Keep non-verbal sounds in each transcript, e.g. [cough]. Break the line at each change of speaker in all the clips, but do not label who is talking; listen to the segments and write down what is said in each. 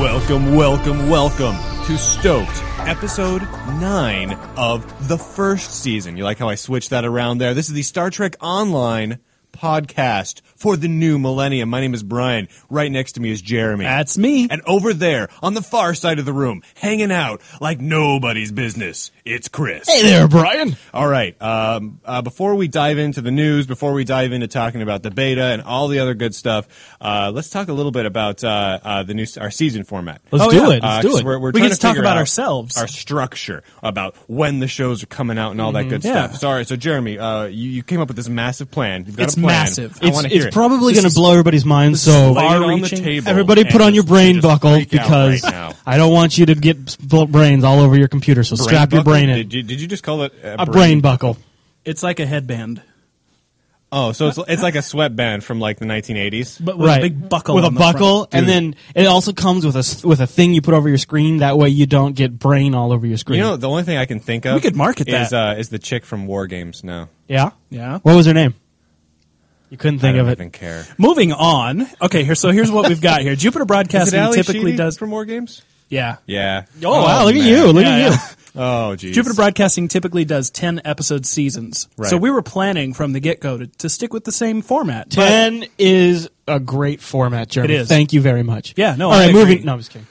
Welcome, welcome, welcome to Stoked, episode 9 of the first season. You like how I switched that around there? This is the Star Trek Online podcast for the new millennium. My name is Brian. Right next to me is Jeremy.
That's me.
and over there, on the far side of the room, hanging out like nobody's business, it's Chris.
Hey there, Brian.
All right. Um, uh, before we dive into the news, before we dive into talking about the beta and all the other good stuff, uh, let's talk a little bit about uh, uh, the new our season format.
Let's
Oh,
do
yeah.
it. Let's
Uh,
do
'cause
it.
we're- we're
we
trying
get
to
to talk
figure
about
out
ourselves.
our structure about when the shows are coming out and all that good
Mm-hmm. Yeah.
stuff. Sorry. So Jeremy, uh, you, you came up with this massive plan. You've got
It's
a plan.
massive.
I
it's,
want to hear
it's
it.
probably
This
going
is-
to blow everybody's mind. So
Lay it on the
far-reaching.
table
everybody, put
and
on your
just-
brain
just
buckle
freak out
because
right now.
I don't want you to get s- bl- brains all over your computer. So strap your
buckle?
brain in.
Did you, did you just call it uh,
a brain buckle.
it's like a headband,
Oh, so it's, it's like a sweatband from like the 1980s.
but with
right,
a big buckle.
with
on
a
the
buckle,
front.
and then it also comes with a s- with a thing you put over your screen. That way, you don't get brain all over your screen.
You know, the only thing I can think of
We could market that.
is, uh, is the chick from War Games now.
yeah,
Yeah.
What was her name? You couldn't think
I don't
of it.
even care.
Moving on. Okay, here. So here's what we've got here. Jupiter
Is it
Broadcasting
Ali
typically
Sheedy
does.
from War Games?
Yeah.
Yeah.
Oh,
wow, look at you, look
Yeah,
at
yeah.
you.
Oh, geez.
Jupiter Broadcasting typically does ten episode seasons.
Right.
So we were planning from the get go to, to stick with the same format. but-
[laughs] Ten is a great format, Jeremy.
It is.
Thank you very much.
Yeah, no,
All
I
right,
agree.
moving. No, I'm just kidding.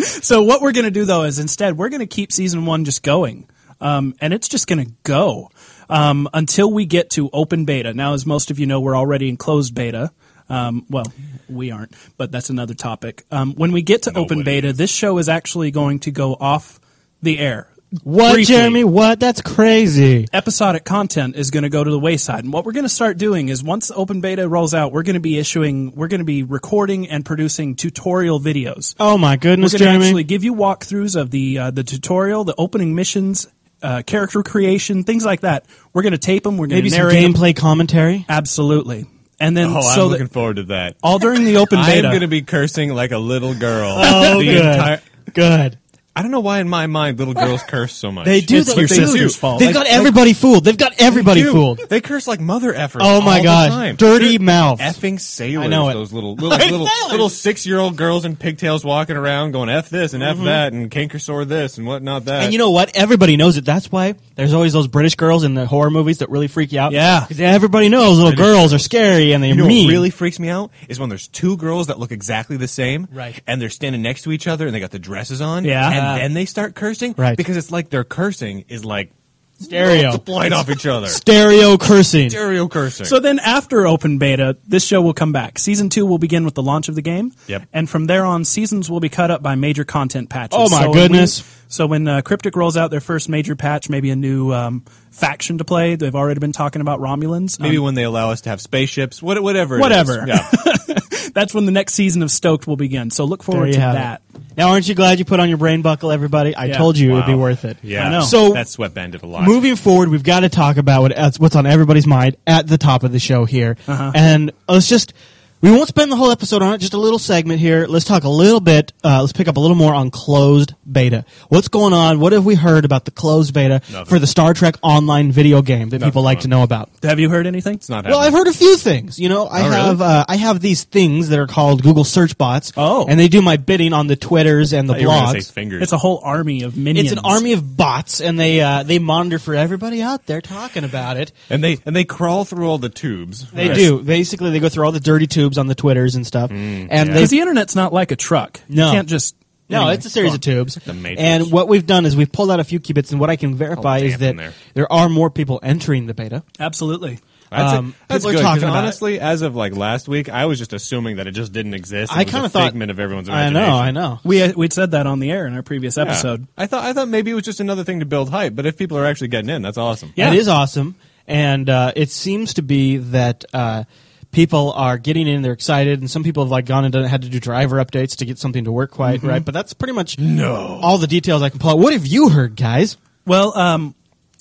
So what we're going to do though is instead we're going to keep season one just going, um, and it's just going to go um, until we get to open beta. Now, as most of you know, we're already in closed beta. Um, well, we aren't, but that's another topic. Um, when we get to open beta, this show is actually going to go off the air.
What,
Briefly.
Jeremy? What? That's crazy.
Episodic content is going to go to the wayside. And what we're going to start doing is once open beta rolls out, we're going to be issuing, we're going to be recording and producing tutorial videos.
Oh my goodness,
We're going
Jeremy!
to actually give you walkthroughs of the uh, the tutorial, the opening missions, uh, character creation, things like that. We're going to tape them. We're going
Maybe
to
some
narrate 'em.
gameplay commentary.
Absolutely, and then
Oh,
so
I'm
that
looking forward to that.
all during
[laughs]
the open
I'm
beta.
going to be cursing like a little girl.
Oh,
the
good,
entire-
good.
I don't know why in my mind little girls curse so much.
They do.
It's
that-
your
they
sister's
do.
Oh,
fault.
They've
Like-
got everybody fooled. They've got everybody
Dude,
fooled.
They curse like mother effers.
Oh my
all the
God.
time.
Dirty
They're
mouth.
effing sailors.
I know it.
Those
[laughs]
little little little, little six year old girls in pigtails walking around going f this and f that and canker sore this and whatnot that.
Mm-hmm. And you know what? Everybody knows it. That's why there's always those British girls in the horror movies that really freak you out.
Yeah.
'Cause everybody knows little
British
girls are scary and they're
You know
mean.
what really freaks me out is when there's two girls that look exactly the same,
Right.
And they're standing next to each other and they got the dresses on,
Yeah.
And then they start cursing,
Right.
Because it's like their cursing is like
stereo,
multiplied off each other,
stereo cursing.
stereo cursing.
so then after open beta, this show will come back. Season two will begin with the launch of the game.
Yep.
And from there on, seasons will be cut up by major content patches.
Oh my
when
goodness.
we- so when uh, Cryptic rolls out their first major patch, maybe a new um, faction to play. They've already been talking about Romulans.
Maybe
Um,
when they allow us to have spaceships, what, whatever, it is.
Whatever.
Yeah.
Um, that's when the next season of Stoked will begin. So look
There
forward
you
to
have
that.
it. Now, aren't you glad you put on your brain buckle, everybody? I
Yeah.
told you it'd be
Wow.
worth [laughs] it.
Yeah,
I know.
So-
that sweatband did a lot.
Moving forward, we've got to talk about what, what's on everybody's mind at the top of the show here.
Uh-huh.
And let's just, we won't spend the whole episode on it, just a little segment here. Let's talk a little bit, uh, let's pick up a little more on closed beta. What's going on? What have we heard about the closed beta
Nothing.
for the Star Trek online video game that people like to know about?
Have you heard anything?
It's not
Well, I've
happening.
heard a few things. You know, I
Oh, really?
have uh, I have these things that are called Google search bots.
Oh.
and they do my bidding on the Twitters and the
You were gonna
blogs.
say fingers.
It's a whole army of minions.
It's an army of bots, and they uh, they monitor for everybody out there talking about it.
and they and they crawl through all the tubes.
They
Right.
do. Basically, they go through all the dirty tubes on the Twitters and stuff,
Mm,
and
Because
they.
the internet's not like a truck.
No.
You can't just.
No,
anyway,
it's a series
go
of tubes.
Matrix.
And what we've done is we've pulled out a few qubits, and what I can verify
All
is
damp
that
in there.
there are more people entering the beta.
on. Absolutely.
That's,
Um,
that's
people are
good. 'cause
talking about it.
honestly, as of like last week, I was just assuming that it just didn't exist. It
I
was
kind
a
of thought.
figment of everyone's
I
imagination.
know. I know.
We we said that on the air in our previous
Yeah.
episode.
I thought I thought maybe it was just another thing to build hype, but if people are actually getting in, that's awesome.
Yeah.
It is awesome, and uh, it seems to be that uh, people are getting in. They're excited, and some people have like gone and done, had to do driver updates to get something to work quite
Mm-hmm.
right. But that's pretty much no. all the details I can pull out. What have you heard, guys?
Well, um,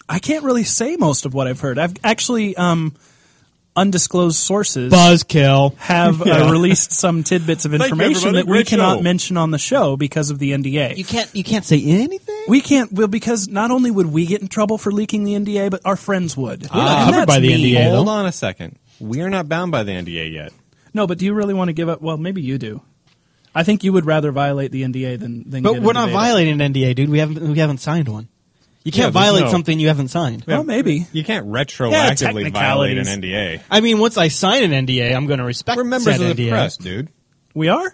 I can't really say most of what I've heard. I've actually um, undisclosed sources
Buzzkill. [laughs]
have uh, released some tidbits of
you,
information
everybody.
that we
Great
cannot
show.
mention on the show because of the NDA.
You can't. You can't say anything.
we can't well because not only would we get in trouble for leaking the NDA, but our friends would. We're
not covered by the NDA. Yeah,
Hold
though.
on a second. We are not bound by the NDA yet.
No, but do you really want to give up? Well, maybe you do. I think you would rather violate the NDA than than.
But
get
we're
into
not
beta.
violating an NDA, dude. We haven't we haven't signed one.
Yeah,
You can't
there's
violate
no-
something you haven't signed.
Well, maybe.
You can't retroactively violate an
technicalities.
NDA.
I mean, once I sign an NDA, I'm going to respect.
We're members
said
of the
NDA.
press, dude.
We are.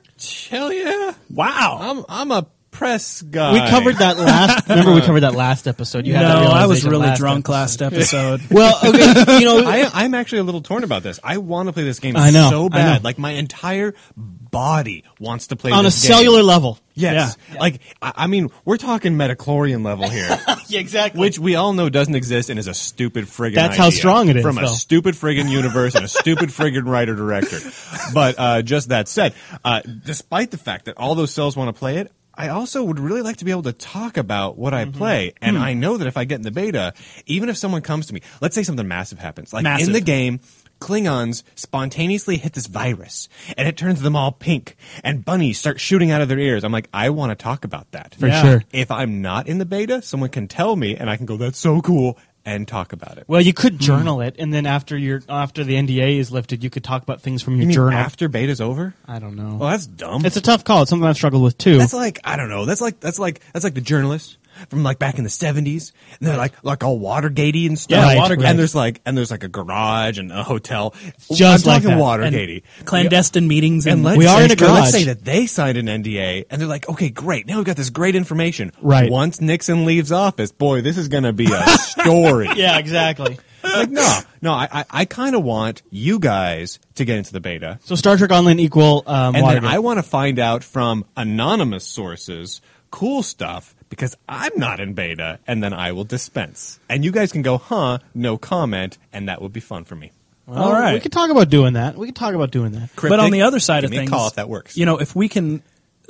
Hell yeah.
Wow.
I'm I'm a press guy.
We covered
[laughs]
that last. remember, we covered that last episode. You had that
no, I was
realization
really
last
drunk
episode.
[laughs] last episode.
Well, okay, you know,
[laughs] I, I'm actually a little torn about this. I want to play this game
I know, I
so
know.
bad. Like my entire body wants to play
on a
this game.
cellular level.
Yes. Like I, I mean, we're talking metachlorian level
[laughs]
here,
Yeah, exactly.
which we all know doesn't exist and is a stupid friggin'
That's how
idea
strong it is,
from a
though.
stupid friggin' universe
[laughs]
and a stupid friggin' writer director. But uh, just that said, uh, despite the fact that all those cells want to play it. I also would really like to be able to talk about what I play, and I know that if I get in the beta, even if someone comes to me, let's say something massive happens, like in
Massive.
the game, Klingons spontaneously hit this virus and it turns them all pink and bunnies start shooting out of their ears. I'm like, I want to talk about that.
For Yeah. sure.
If I'm not in the beta, someone can tell me and I can go, that's so cool and talk about it.
well, you
Hmm.
could journal it, and then after your after the NDA is lifted, you could talk about things from your
You mean
journal.
after beta's over?
I don't know.
Well, that's dumb.
it's a tough call. It's something I've struggled with too.
that's like, I don't know. That's like, that's like, that's like the journalist from like back in the 70s and they're like like all watergatey and stuff
Yeah, Right, Watergate.
and there's like and there's like a garage and a hotel
Just
I'm
like
talking
that.
And
watergatey
clandestine meetings and,
And let's
We are
say,
in a
or Let's
garage.
say that they signed an NDA, and they're like, "Okay, great. Now we've got this great information."
Right.
Once Nixon leaves office, boy, this is going to be a [laughs] story.
yeah, exactly.
[laughs] Like, no, no. I, I, I kind of want you guys to get into the beta,
So Star Trek Online equal um,
and then
Watergate.
I want to find out from anonymous sources cool stuff because I'm not in beta, and then I will dispense, and you guys can go, "Huh? No comment," and that would be fun for me.
Well,
All
We
right.
could talk about doing that. We could talk about doing that.
Cryptic,
but on the other side
give
of
me a
things,
call if that works.
You know, if we can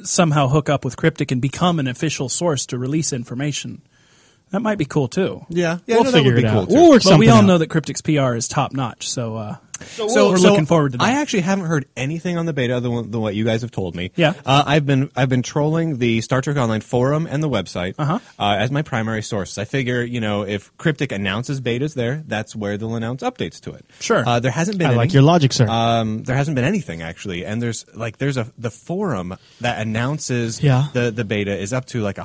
somehow hook up with Cryptic and become an official source to release information, that might be cool too.
yeah, yeah,
we'll
no, that
figure
would be
it
cool
out.
too.
We'll work
but we
something
all
out.
know that Cryptic's PR is top notch, so uh, so,
So
we're
so
looking forward to that.
I actually haven't heard anything on the beta other than what you guys have told me.
Yeah.
uh, I've been I've been trolling the Star Trek Online forum and the website
Uh-huh.
uh as my primary sources. I figure you know if Cryptic announces betas there, that's where they'll announce updates to it.
Sure.
Uh, there hasn't been
I
any.
like your logic, sir.
Um, there hasn't been anything actually, and there's like there's a the forum that announces
Yeah.
the the beta is up to like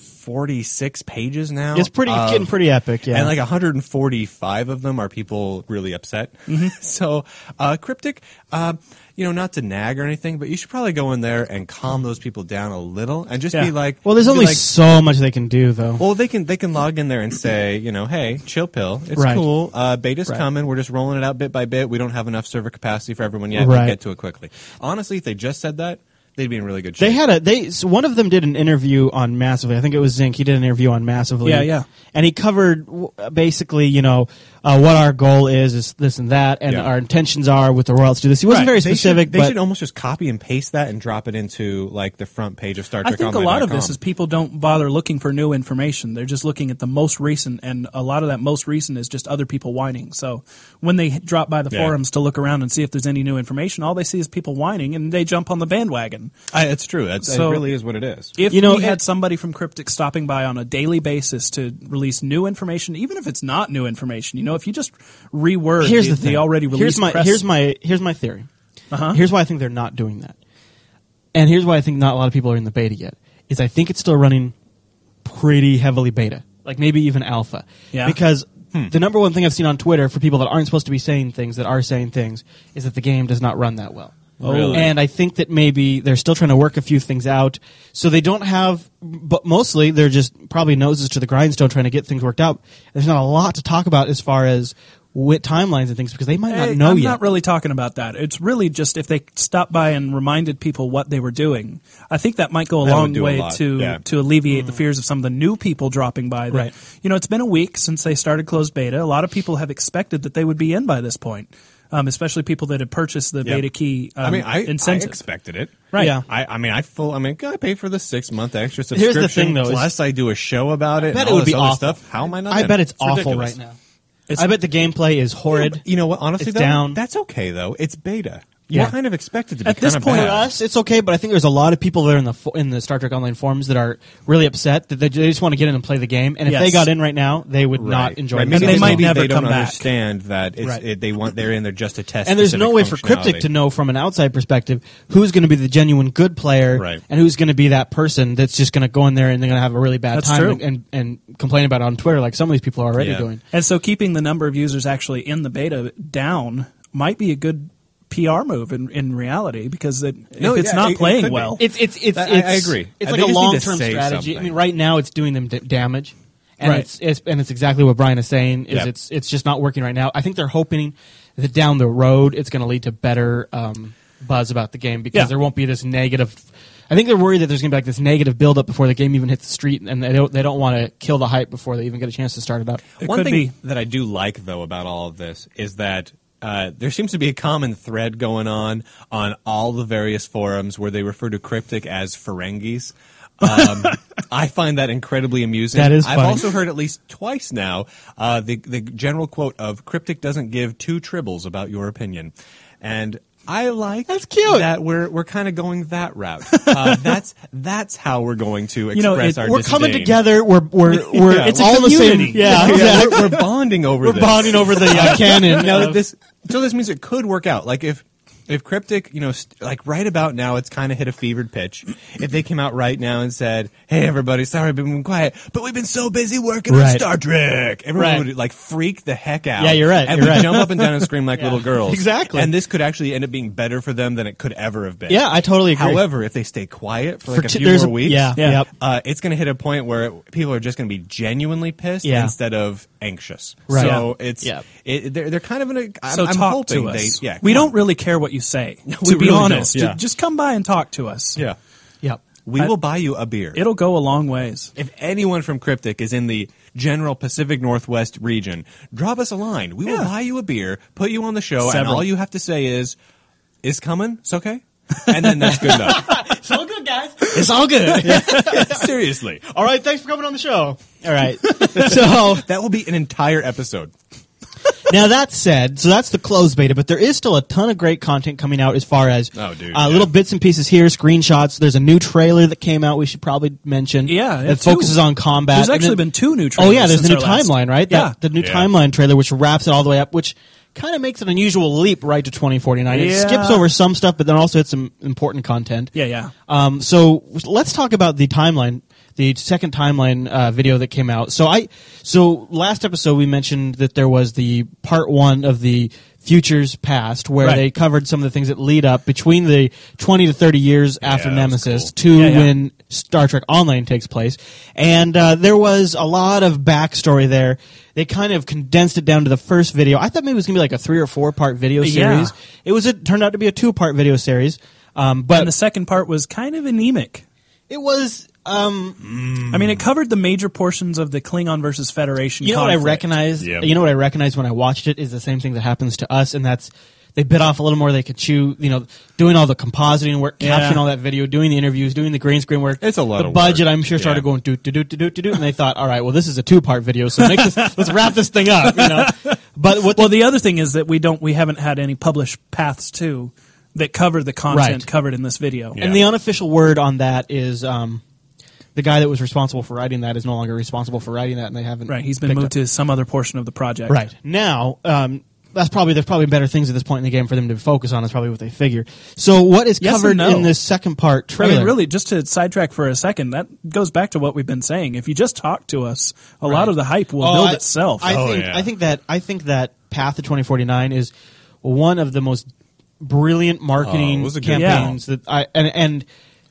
146 pages now.
it's pretty
of-
getting pretty epic. Yeah.
uh, and like 145 of them are people really upset.
Mm-hmm.
[laughs] so, uh, Cryptic, uh, you know, not to nag or anything, but you should probably go in there and calm those people down a little and just be
Yeah.
like,
well, there's
be
only
like,
so much they can do, though.
well, they can they can log in there and
[clears throat]
say, you know, hey, chill pill, it's
Right.
cool. Uh, beta's
Right.
coming. We're just rolling it out bit by bit. We don't have enough server capacity for everyone yet. We'll
Right.
get to it quickly. Honestly, if they just said that, they'd be in really good shape.
They had a they so one of them did an interview on massively. I think it was Zinc. He did an interview on massively.
Yeah, yeah.
And he covered w- basically, you know, uh, what our goal is, is this and that, and
Yeah.
our intentions are with the royals to do this. He wasn't
Right.
very
They should-
specific,
They should,
but
almost just copy and paste that and drop it into like the front page of Star Trek.
I think a lot of this
Online.com.
is people don't bother looking for new information. They're just looking at the most recent, and a lot of that most recent is just other people whining. So when they drop by the
Yeah.
forums to look around and see if there's any new information, all they see is people whining, and they jump on the bandwagon.
I, it's true. That's,
So-
it really is what it is.
If
You know,
we
it-
had somebody from Cryptic stopping by on a daily basis to release new information, even if it's not new information, you know, if you just reword
here's
the,
the, thing.
the already released
here's my
press-
here's my here's my theory.
Uh-huh.
Here's why I think they're not doing that, and here's why I think not a lot of people are in the beta yet. Is I think it's still running pretty heavily beta, like maybe even alpha.
Yeah.
Because the number one thing I've seen on Twitter for people that aren't supposed to be saying things that are saying things is that the game does not run that well.
Oh. Really?
And I think that maybe they're still trying to work a few things out, so they don't have. But mostly, they're just probably noses to the grindstone, trying to get things worked out. There's not a lot to talk about as far as with timelines and things because they might
Hey,
not know
I'm
yet.
not really talking about that. It's really just if they stopped by and reminded people what they were doing. I think that might go a
That would
long
do a
way
lot,
to
yeah.
to alleviate the fears of some of the new people dropping by. That,
Right.
You know, it's been a week since they started closed beta. A lot of people have expected that they would be in by this point, um, especially people that had purchased the
Yeah.
beta key. Um,
I mean, I, I
incentive.
expected it.
Right.
Yeah.
I, I mean, I full. I mean, I pay for the six month extra
the
subscription.
thing, though, is-
plus I do a show about it.
I bet
and
it
all
would
this
be
other
awful.
stuff. How am I not?
I
in?
bet it's awful
ridiculous.
right now. I bet the gameplay is
Yeah,
horrid.
but you know what? Honestly,
It's
though,
down.
That's okay though. It's beta. You
Yeah.
kind of expect it to be
At this
kind of
point,
bad.
For us, it's okay, but I think there's a lot of people that are in the fo- in the Star Trek Online forums that are really upset that they, they just want to get in and play the game. And if
Yes.
they got in right now, they would
Right.
not enjoy.
Right.
it.
Maybe
And they
just
might
don't-
never
they don't
come back.
understand that it's,
Right.
it, they want they're in there just to test.
and there's no
specific
way for cryptic
functionality.
to know from an outside perspective who's going to be the genuine good player
Right.
and who's going to be that person that's just going to go in there and they're going to have a really bad
That's
time
true.
And, and and complain about it on Twitter like some of these people are already
Yeah.
doing.
And so keeping the number of users actually in the beta down might be a good PR move in, in reality because it,
No,
if it's
yeah,
not
it- it
playing
could be.
well.
It's it's it's.
I- I
it's-
agree.
It's
I
like
think you just
a
need
long
to
term
say
strategy. I
something.
mean, right now it's doing them d- damage, and
Right.
it's, it's and it's exactly what Brian is saying. Is
Yeah.
it's it's just not working right now. I think they're hoping that down the road it's going to lead to better um, buzz about the game because
Yeah.
there won't be this negative. I think they're worried that there's going to be like this negative buildup before the game even hits the street, and they don't they don't want to kill the hype before they even get a chance to start it up.
It
One
could
thing
be.
that I do like though about all of this is that uh, there seems to be a common thread going on on all the various forums where they refer to cryptic as Ferengis.
[laughs]
Um, I find that incredibly amusing.
That is
I've
funny.
also heard at least twice now uh, the the general quote of cryptic doesn't give two tribbles about your opinion, and. I like
That's cute.
that we're we're kind of going that
[laughs]
route. Uh, that's that's how we're going to express
know, it-
our
We're coming
disdain.
together. We're [laughs] we're we're
Yeah. It's
a
all in the same.
community.
[laughs]
Yeah,
Yeah,
yeah. [laughs]
we're, we're bonding over
We're
this.
bonding over [laughs] the uh, canon.
[laughs] Now
of-
that this, so this means it could work out. Like if if cryptic, you know, st- like right about now, it's kind of hit a fevered pitch. If they came out right now and said, "Hey, everybody, sorry, we've been quiet, but we've been so busy working on
Right.
Star Trek," everyone
Right.
would like freak the heck out.
Yeah, you're right,
And
you're
we'd
right.
jump up and down and scream
[laughs]
like little girls.
Exactly.
And this could actually end up being better for them than it could ever have been.
Yeah, I totally agree.
However, if they stay quiet for like
For
a
t-
few
there's
more
a-
weeks,
yeah,
Yeah.
yep.
uh, it's going to hit a point where it, people are just going to be genuinely pissed
Yeah.
instead of anxious.
Right.
So
Yeah.
it's
Yeah.
it, they're, they're kind of in a. I'm,
so
I'm
talk
hoping
to us.
They, yeah,
we
come
don't really care what you
[laughs]
say.
we
to be
really don't.
honest,
Yeah.
just come by and talk to us.
on. Yeah,
Yep.
we
I-
will buy you a beer.
It'll go a long ways.
if anyone from Cryptic is in the general Pacific Northwest region, drop us a line. We will
Yeah.
buy you a beer, put you on the show, and
Several.
all you have to say is, "Is coming? It's okay." And then that's good
[laughs]
enough.
It's all good, guys. It's all good.
Seriously,
All right, thanks for coming on the show. All right. so
that will be an entire episode.
now that said, so that's the closed beta, but there is still a ton of great content coming out as far as
Oh, dude,
uh,
yeah.
little bits and pieces here, screenshots. There's a new trailer that came out. We should probably mention.
Yeah, yeah,
that focuses
two.
on combat.
There's
And
actually
then-
been two new
Oh
trailers
yeah, there's the new
since our last-
timeline, right?
Yeah.
That, the new
Yeah.
timeline trailer, which wraps it all the way up, which kind of makes an unusual leap right to 2049. It
Yeah.
skips over some stuff, but then also hits some important content.
Yeah, yeah.
Um, so let's talk about the timeline, the second timeline uh, video that came out. So I, so last episode we mentioned that there was the part one of the futures past where
Right.
they covered some of the things that lead up between the 20 to 30 years
that
after
was
Nemesis
cool.
to to
Yeah, yeah.
when Star Trek Online takes place. And uh, there was a lot of backstory there. They kind of condensed it down to the first video. I thought maybe it was going to be like a three or four part video series.
Yeah.
It was. It turned out to be a two part video series. Um, but
And the second part was kind of anemic.
it was. Um,
I mean, it covered the major portions of the Klingon versus Federation.
you know
conflict.
what I recognized.
Yep.
You know what I recognized when I watched it is the same thing that happens to us, and that's they bit off a little more they could chew. You know, doing all the compositing work,
Yeah.
capturing all that video, doing the interviews, doing the green screen work.
It's a lot
The
of
budget,
work.
I'm sure, started
Yeah.
going do do do do do do, and they thought, all right, well, this is a two part video, so make this, let's wrap this thing up.
[laughs]
You know, but what
Well,
they-
the other thing is that we don't we haven't had any published paths to that cover the content
Right.
covered in this video.
Yeah.
and the unofficial word on that is. Um, the guy that was responsible for writing that is no longer responsible for writing that, and they haven't.
Right, he's been
picked
moved
up-
to some other portion of the project.
Right now, um, that's probably there's probably better things at this point in the game for them to focus on. Is probably what they figure. So what is
Yes and
covered
no.
in this second part
I
trailer?
mean, really, just to sidetrack for a second, that goes back to what we've been saying. If you just talk to us, a lot of the hype will
Oh,
build
I-
itself.
I
Oh,
think
yeah.
I think that I think that Path to 2049 is one of the most brilliant
Oh, it
marketing
was a good
campaigns that I and and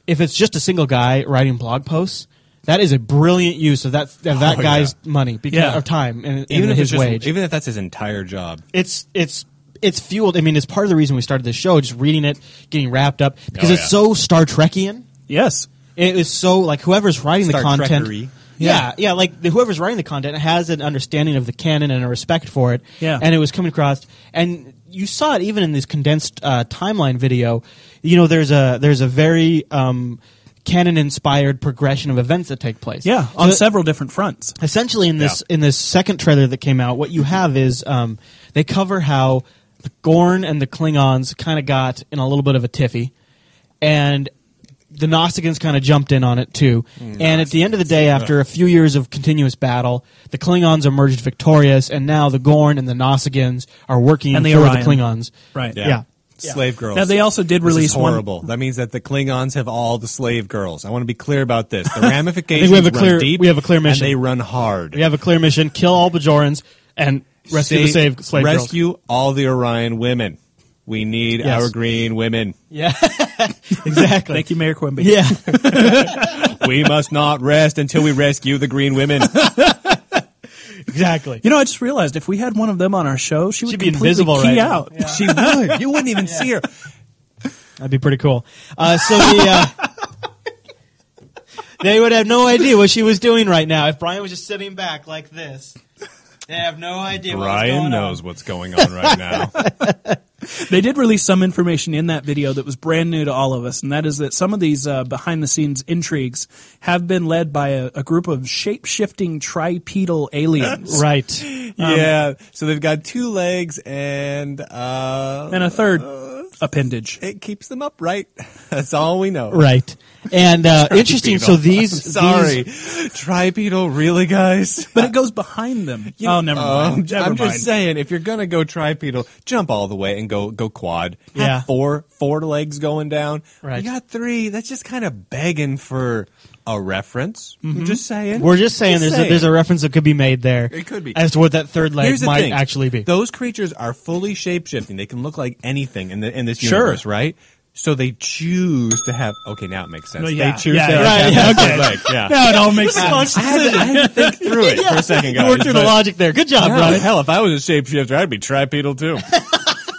if it's just a single guy writing blog posts. That is a brilliant use of that of that
Oh,
guy's money because
Yeah.
of time and,
Even
and
if it's
his
just,
wage.
even if that's his entire job.
it's it's it's fueled. I mean, it's part of the reason we started this show. Just reading it, getting wrapped up because
Oh,
it's
yeah.
so Star Trekian.
yes,
It is so like whoever's writing
Star
the content.
Trek-ery.
Yeah, yeah, like the, whoever's writing the content has an understanding of the canon and a respect for it.
Yeah.
and it was coming across, and you saw it even in this condensed uh, timeline video. You know, there's a there's a very um, canon inspired progression of events that take place.
yeah,
So
on
it-
several different fronts. Mm-hmm.
essentially in this in this second trailer that came out, what you have is um, they cover how the Gorn and the Klingons kind of got in a little bit of a tiffy, and the Nostigans kind of jumped in on it too.
Mm.
And at the end of the day, after a few years of continuous battle, the Klingons emerged victorious, and now the Gorn and the Nostigans are working
And the
for
Orion.
the Klingons.
Right.
Yeah.
Slave girls.
Now, they also did
This is
release one-
horrible. That means that the Klingons have all the slave girls. I want to be clear about this.
[laughs]
The ramifications
I think we have a
run
clear-
deep.
we have a clear mission.
And they run hard.
We have a clear mission: kill all Bajorans and rescue the save slave girls.
rescue all the Orion women. We need
Yes.
our green women.
Yeah, [laughs] exactly.
Thank you, Mayor Quimby.
Yeah, [laughs]
we must not rest until we rescue the green
[laughs]
women.
exactly.
You know, I just realized if we had one of them on our show, she would
She'd be
completely
invisible
key
right now.
out.
She
[laughs]
would. You wouldn't even see her.
That'd be pretty cool. Uh, so the uh, they would have no idea what she was doing right now if Brian was just sitting back like this. They have no idea.
Brian knows what's going on right
[laughs]
now.
Um,
They did release some information in that video that was brand new to all of us, and that is that some of these uh, behind the scenes intrigues have been led by a, a group of shape shifting tripedal aliens.
Right.
yeah. So they've got two legs and uh,
And a third appendage.
it keeps them upright. [laughs] That's all we know.
Right. And uh, interesting.
[laughs]
So these.
Sorry.
these-
Tripedal, really, guys?
But it goes
[laughs]
behind them. oh, never mind.
Um,
never
I'm
mind.
just
[laughs]
saying, if you're gonna go tripedal, jump all the way and go go quad. Have
Yeah.
four four legs going down.
Right.
you got three. That's just kind of begging for a reference. I'm just saying.
Mm-hmm. we're just saying there's A, there's a reference that could be made there.
It could be.
as to what that third leg
Here's the
might
thing.
actually be.
Those creatures are fully shapeshifting. They can look like anything in the in this
Sure.
universe, right? So they choose to have. Okay, now it makes sense.
No, yeah,
They choose
yeah,
to
yeah,
have
yeah,
that
okay.
leg. Yeah.
No, it
[laughs]
all makes sense.
I had, to, I had to think through it for a second, guys.
[laughs] you worked through the
but-
logic there. Good job,
Yeah,
Brian.
Hell, if I was a shapeshifter, I'd be tripedal [laughs] too.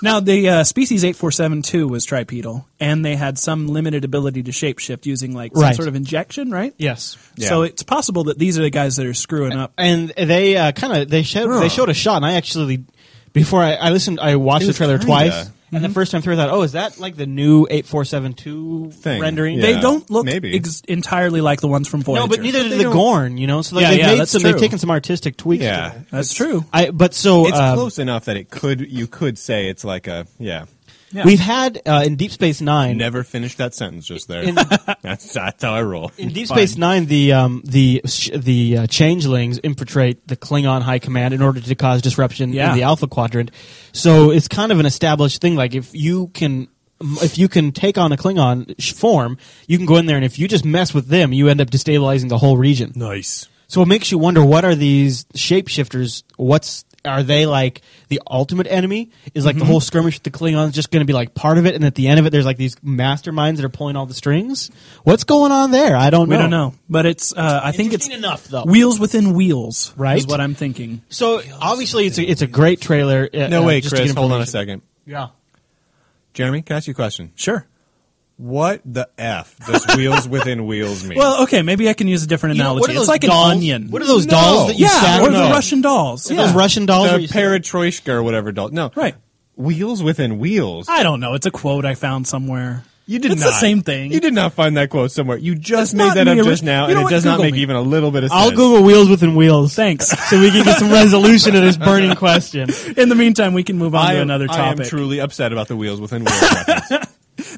Now, the uh, species 8472 was tripedal, and they had some limited ability to shapeshift using like some
Right.
sort of injection, right?
Yes.
So
Yeah.
it's possible that these are the guys that are screwing up.
and they uh, kind of they showed they showed a shot, and I actually before I, I listened, I watched the
was
trailer
kinda. Mm-hmm.
twice, and the first time through, I thought, oh, is that like the new eight four seven two
Thing,
rendering?
yeah.
They don't look
maybe.
ex- entirely like the ones from Voyager.
no, but neither did
they
the
don't-
Gorn, you know. So like,
Yeah,
they've
yeah,
made
that's
some,
true.
they've taken some artistic tweaks. to
Yeah.
it.
That's true.
I but so
It's
um,
close enough that it could you could say it's like a yeah.
Yeah.
we've had uh, in Deep Space Nine.
Never finished that sentence just there.
In-
[laughs] that's that's how I roll.
in Deep Space Nine, the um, the sh- the uh, changelings infiltrate the Klingon High Command in order to cause disruption
Yeah.
in the Alpha Quadrant. So it's kind of an established thing. Like if you can, if you can take on a Klingon sh- form, you can go in there, and if you just mess with them, you end up destabilizing the whole region.
Nice.
So it makes you wonder: what are these shapeshifters? What's are they like the ultimate enemy? Is like
Mm-hmm.
the whole skirmish with the Klingons just going to be like part of it? And at the end of it, there's like these masterminds that are pulling all the strings. What's going on there? I don't.
we
know.
don't know, but it's. Uh, I think it's
Interesting enough, though.
Wheels within wheels,
Right.
Is what I'm thinking.
So obviously, it's a, it's a great trailer. uh,
No
uh,
wait,
just to get
Chris. Hold on a second.
information. Yeah.
Jeremy, can I ask you a question?
Sure.
What the f [laughs] does wheels within wheels mean?
Well, okay, maybe I can use a different
You know,
analogy.
what are
it's
those
like
dolls?
an onion.
What are those
No.
dolls that you
yeah,
sat
or
on?
the
No.
Russian dolls.
Those
Yeah.
Russian dolls. where
the
you sit-
paratroishka or whatever doll. No,
Right.
Wheels within wheels.
I don't know. It's a quote I found somewhere.
you did
it's
not.
the same thing.
You did not find that quote somewhere. You just
That's
made
not
that up
me.
just now,
You know
and it
what?
does not
Google
make
me.
even a little bit of sense.
I'll Google wheels within wheels.
Thanks.
So we can get some resolution to
[laughs]
this burning question.
In the meantime, we can move on
I
to
am,
another
I am
topic.
truly upset about the wheels
[laughs]
within wheels. reference.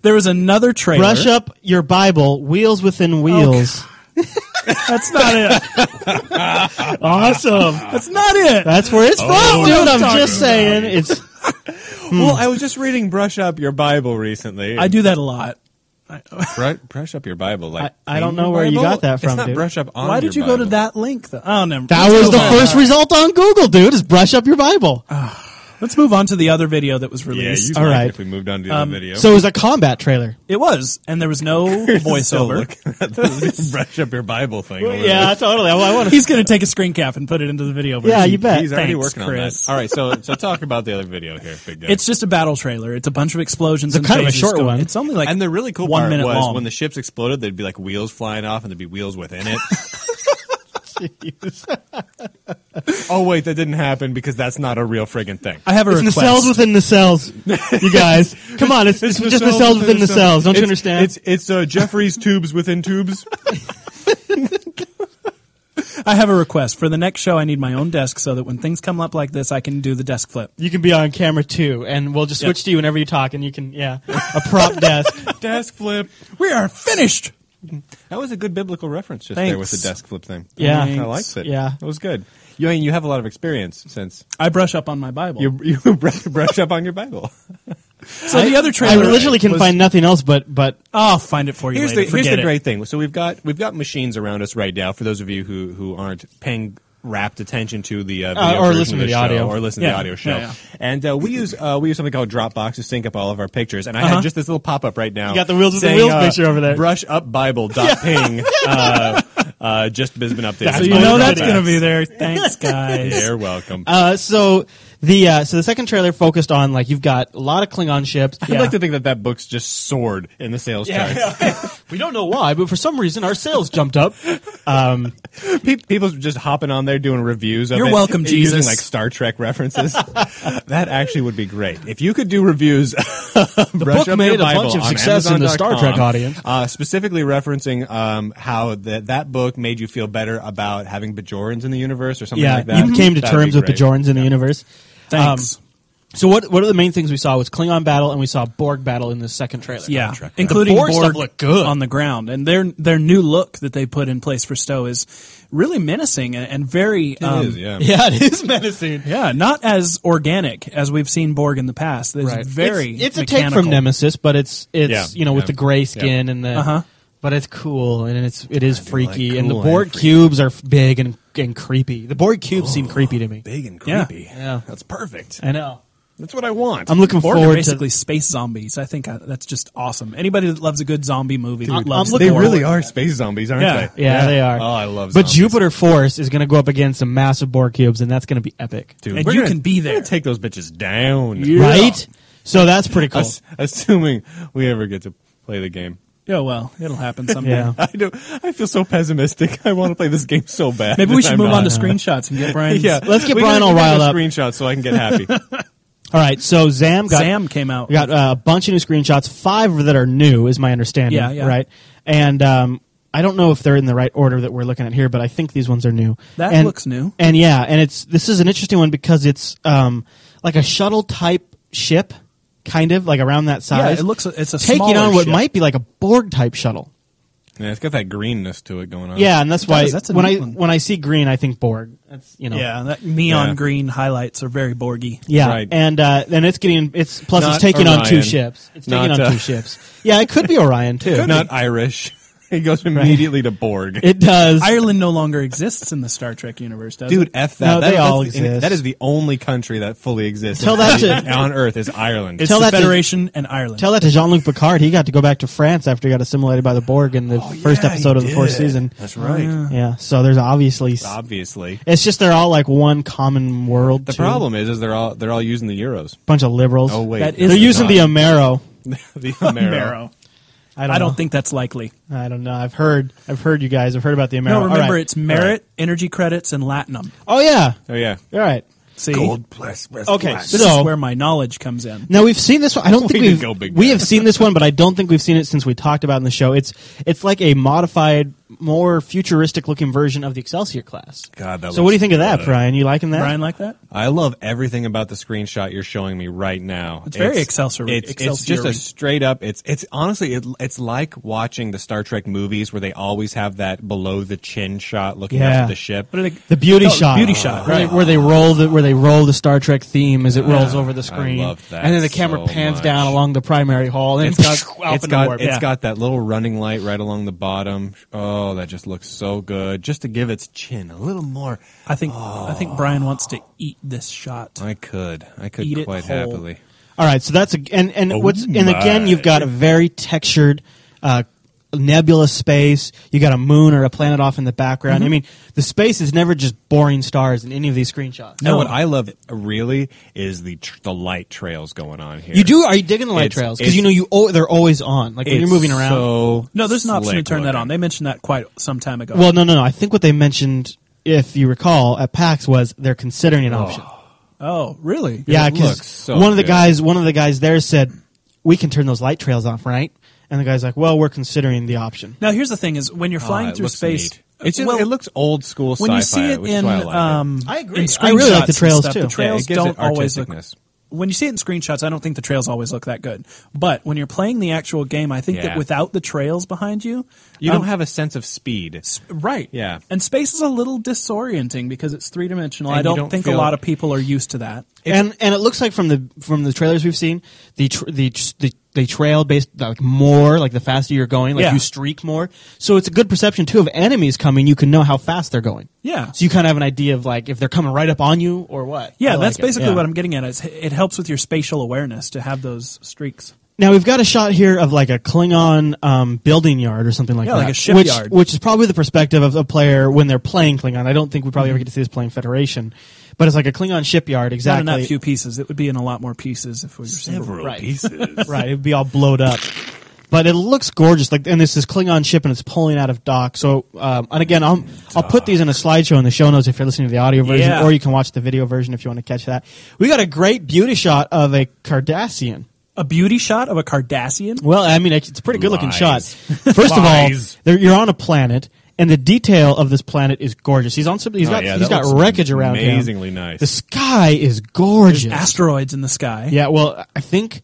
There was another trailer.
Brush up your Bible. Wheels within wheels.
That's not
[laughs]
it. Um,
Awesome.
That's not it.
That's where it's from,
no,
dude.
I'm
I'm
talking
just saying. It's
Well, I was just reading "Brush Up Your Bible" recently.
I do that a lot.
Bru- brush up your Bible. Like
I- I don't
clean
know
your
where you
Bible?
got that
It's
from,
not
dude.
brush up on.
Why did you
your
go to
Bible.
that link? Though? Oh, never.
that
let's
was
move
the
on.
first result on Google, dude. Is brush up your Bible.
Let's move on to the other video that was
Yeah,
released.
you
All
all right.
right.
If we moved on to the
Um,
other video, [laughs]
So it was a combat trailer.
It was, and there was no
Still
voiceover.
looking
[laughs]
at this brush up your Bible thing. over there.
totally. I want
He's going to take a screen cap and put it into the video. Version.
Yeah, you bet.
he's already
Thanks,
working
Chris.
on that. All right, so so talk about the other video here, big guy.
It's just a battle trailer. It's a bunch of explosions. and
kind of a
phases
short
going-
one.
It's only like
and the really cool
one
part
minute
was
long.
when the ships exploded, there'd be like wheels flying off, and there'd be wheels within [laughs] it. oh wait, that didn't happen because that's not a real friggin' thing.
I have a
It's
request.
nacelles within nacelles, you guys. Come on, it's, it's just nacelles within nacelles. Don't
It's-
you
[laughs]
understand?
It's it's uh, Jeffrey's tubes within tubes.
I have a request for the next show. I need my own desk so that when things come up like this, I can do the desk flip.
You can be on camera too, and we'll just switch to you whenever you talk, and you can, yeah, a prop desk.
desk flip.
We are finished.
That was a good biblical reference just there with the
Thanks.
desk flip thing.
Yeah.
I liked it.
Yeah.
it was good. You I mean you have a lot of experience since
I brush up on my Bible.
you [laughs] you brush, brush up on your Bible.
so the other
I
trailer,
literally can
was-
find nothing else but but
I'll find it for you
Here's the
later.
here's
Forget
the
it.
great thing. So we've got we've got machines around us right now. For those of you who who aren't paying rapt attention to the uh, video
or
version
listen
of
to the
show,
audio.
or listen to
Yeah,
the audio show,
yeah, yeah.
and uh, we use uh, we use something called Dropbox to sync up all of our pictures. And I had
Uh-huh.
just this little pop up right now.
You got the wheels with the
saying,
wheels
uh,
picture over there.
Brush up Bible dot ping. uh, uh, just has been updated.
That's
So you
my
know
Bible
that's
desk.
going to be there. Thanks, guys.
You're welcome.
Uh, so the uh, so the second trailer focused on like you've got a lot of Klingon [laughs] ships.
I'd like to think that that book's just soared in the sales charts.
we don't know
Um,
why, but for some reason our sales jumped up. Um,
Pe- People just hopping on there doing reviews of
You're
it,
welcome,
using
Jesus.
like Star Trek
[laughs]
references. that actually would be great if you could do reviews. [laughs] the
book made a bunch of success in the Star Trek audience.
uh, specifically referencing um, how that that book made you feel better about having Bajorans in the universe or something
[laughs] yeah,
like that.
you came to
That'd be
terms with
great.
Bajorans in the universe.
Thanks.
Um, so what what are the main things we saw was Klingon battle and we saw Borg battle in the second trailer.
yeah,
Trek.
including
The Borg
Borg,
stuff looked good.
on the ground, and their their new look that they put in place for Stowe is really menacing and, and very um,
It is, yeah.
[laughs] yeah, it is menacing.
yeah, not as organic as we've seen Borg in the past. It's
Right.
very
It's, it's a take
mechanical.
from Nemesis, but it's it's
Yeah,
you know
yeah,
with the gray
yeah.
skin and the.
Uh-huh.
But it's cool and it's it is freaky and the
cool and
Borg
freaky.
cubes are big and and creepy. The Borg cubes seem creepy to me.
Big and
Yeah.
creepy.
Yeah.
that's perfect.
I know.
That's what I want.
I'm looking
Borg are
forward to
basically space zombies. I think uh that's just awesome. Anybody that loves a good zombie movie
I'm
loves
looking
they
Borg.
forward-
really are space zombies, aren't
Yeah.
they?
Yeah, they are.
Oh, I love.
But
zombies.
Jupiter Force is going to go up against some massive Borg cubes, and that's going to be epic,
Dude,
And
we're
you
gonna-
can be
we're gonna
there.
take those bitches down,
right? So that's pretty cool.
[laughs] Ass- assuming we ever get to play the game. [laughs]
Yeah, Oh, well, it'll happen
[laughs]
someday.
Yeah.
I do. I feel so pessimistic. [laughs] I want to play this game so bad.
Maybe we
and
should
I'm
move on
[laughs]
to
not.
screenshots
[laughs]
and get Brian's.
Yeah,
Let's get
we
Brian
gotta-
all
we gotta
riled
do
up.
Screenshots so I can get
[laughs]
happy.
All right, so Zam got
Zam came out.
We got uh, a bunch of new screenshots. Five that are new, is my understanding.
Yeah, yeah.
Right, and um, I don't know if they're in the right order that we're looking at here, but I think these ones are new.
That
And-
looks new.
And yeah, and it's this is an interesting one because it's um, like a shuttle type ship, kind of like around that
Yeah,
size.
it looks it's a
taking
smaller
on what
ship.
might be like a Borg type shuttle.
yeah, it's got that greenness to it going on.
Yeah, and that's
does.
why
That's a
when
neat
I
one.
when I see green, I think Borg. That's you know.
yeah, that neon
Yeah.
green highlights are very Borgy.
Yeah,
Right.
and uh, then it's getting it's plus
Not
it's taking on two
Orion.
ships. It's taking
Not,
on
uh,
two ships. Yeah, it could be
[laughs]
Orion too.
not Irish. [laughs] It goes immediately to Borg.
It does.
Ireland no longer exists in the Star Trek universe,
[laughs]
does
Dude,
it?
f that.
No,
That-
they
that's
all
the-
exist.
That is the only country that fully exists
Tell that to-
on Earth is Ireland.
It's
tell
the
that to-
Federation and Ireland. [laughs]
Tell [laughs] that to Jean Luc Picard. He got to go back to France after he got assimilated by the Borg in the first
Oh, Yeah,
episode
he
of the fourth
did. Uh-huh.
season.
That's right.
Yeah, so there's obviously s-
Obviously,
it's just they're all like one common world.
the problem is, is they're all they're all using the euros.
bunch of liberals.
Oh wait,
That is
they're
not.
using the Amero.
the Amero.
Marrow.
I don't.
I
know.
don't think that's likely.
I don't know. I've heard. I've heard you guys. I've heard about the Amero.
No,
All
remember
right.
it's merit, energy credits, and latinum.
Oh yeah.
Oh yeah.
All right.
See,
plus West
Okay.
Black.
this
so
is where my knowledge comes in.
Now we've seen this one.
[laughs]
I don't think
Way to
we've
go, big
we
guy.
have seen this one, but I don't think we've seen it since we talked about it in the show. It's it's like a modified, more futuristic looking version of the Excelsior class.
God, that
so what do you
looks
think of that,
good.
Brian? You liking that?
Brian, like that?
I love everything about the screenshot you're showing me right now.
It's very Excelsior-
It's, it's just
Excelsior-y.
a straight up. It's it's honestly it, it's like watching the Star Trek movies where they always have that below the chin shot looking
Yeah.
up at the ship.
What are they-
the beauty
Oh,
shot,
Beauty shot.
where,
Right.
they, where they roll the where they roll the Star Trek theme as it rolls over the screen,
Ah, love that
and then the camera
so
pans
much.
down along the primary hall, and
[laughs]
it's got out
it's
in the
got
warp.
it's
Yeah.
got that little running light right along the bottom. Oh, that just looks so good. Just to give its chin a little more.
I think I think Brian wants to eat this shot.
I could I could
Eat it
quite
whole.
happily.
All right, so that's a, and and
Oh
what's and
my.
again you've got a very textured uh, nebulous space. You got a moon or a planet off in the background.
Mm-hmm.
I mean, the space is never just boring stars in any of these screenshots.
No, what I love really is the tr- the light trails going on here.
You do are you digging the light
It's-
trails because
it's-
you know you oh, they're always on. Like when you're
It's
moving around.
So
No, there's an option to
slick
turn that
looking.
on. They mentioned that quite some time ago.
well, no, no, no. I think what they mentioned, if you recall, at PAX was they're considering an option.
oh, really?
Yeah,
It
because
looks so
one of the
good.
guys, one of the guys there said, "We can turn those light trails off, right?" And the guy's like, "Well, we're considering the option."
Now here's the thing: is when you're flying
Ah, Uh, it
through
looks
space,
neat. It's just,
well,
it looks old school
when
sci-fi,
you see it
which is
in
why I like it.
um,
I agree.
in
I really
screenshots
like the
and
trails,
stuff, The
too. Yeah,
Yeah,
trails
it gives
don't
it
always look
artisticness.
when you see it in screenshots, I don't think the trails always look that good. But when you're playing the actual game, I think
Yeah.
that without the trails behind you,
You
um,
don't have a sense of speed.
right.
Yeah.
and space is a little disorienting because it's three dimensional.
And
I
you
don't,
don't
think a
feel-
lot of people are used to that.
and and it looks like from the from the trailers we've seen, the tr- the tr- the they trail based like more like the faster you're going, like
Yeah.
you streak more. So it's a good perception too of enemies coming. You can know how fast they're going.
Yeah.
So you kind of have an idea of like if they're coming right up on you or what.
Yeah,
I like
that's
it.
basically
Yeah.
what I'm getting at. Is it helps with your spatial awareness to have those streaks.
Now we've got a shot here of like a Klingon um, building yard or something like
Yeah,
that.
like a
which,
shipyard.
which is probably the perspective of a player when they're playing Klingon. I don't think we probably ever get to see this playing Federation, but it's like a Klingon shipyard exactly.
Mm-hmm. Not in that few pieces. It would be in a lot more pieces if we were single.
Right. [laughs]
pieces.
right, it'd be all blowed up. But it looks gorgeous. Like, and this is Klingon ship, and it's pulling out of dock. So, um, and again, I'll I'll put these in a slideshow in the show notes if you're listening to the audio version,
Yeah.
or you can watch the video version if you want to catch that. We got a great beauty shot of a Cardassian.
A beauty shot of a Cardassian.
Well, I mean, it's a pretty good looking
Lies.
shot. First of all,
Lies.
there- you're on a planet, and the detail of this planet is gorgeous. He's on some. He's
Oh,
got
yeah,
he's
that
got
looks
wreckage around him.
amazingly nice.
The sky is gorgeous.
Asteroids in the sky.
yeah. Well, I think.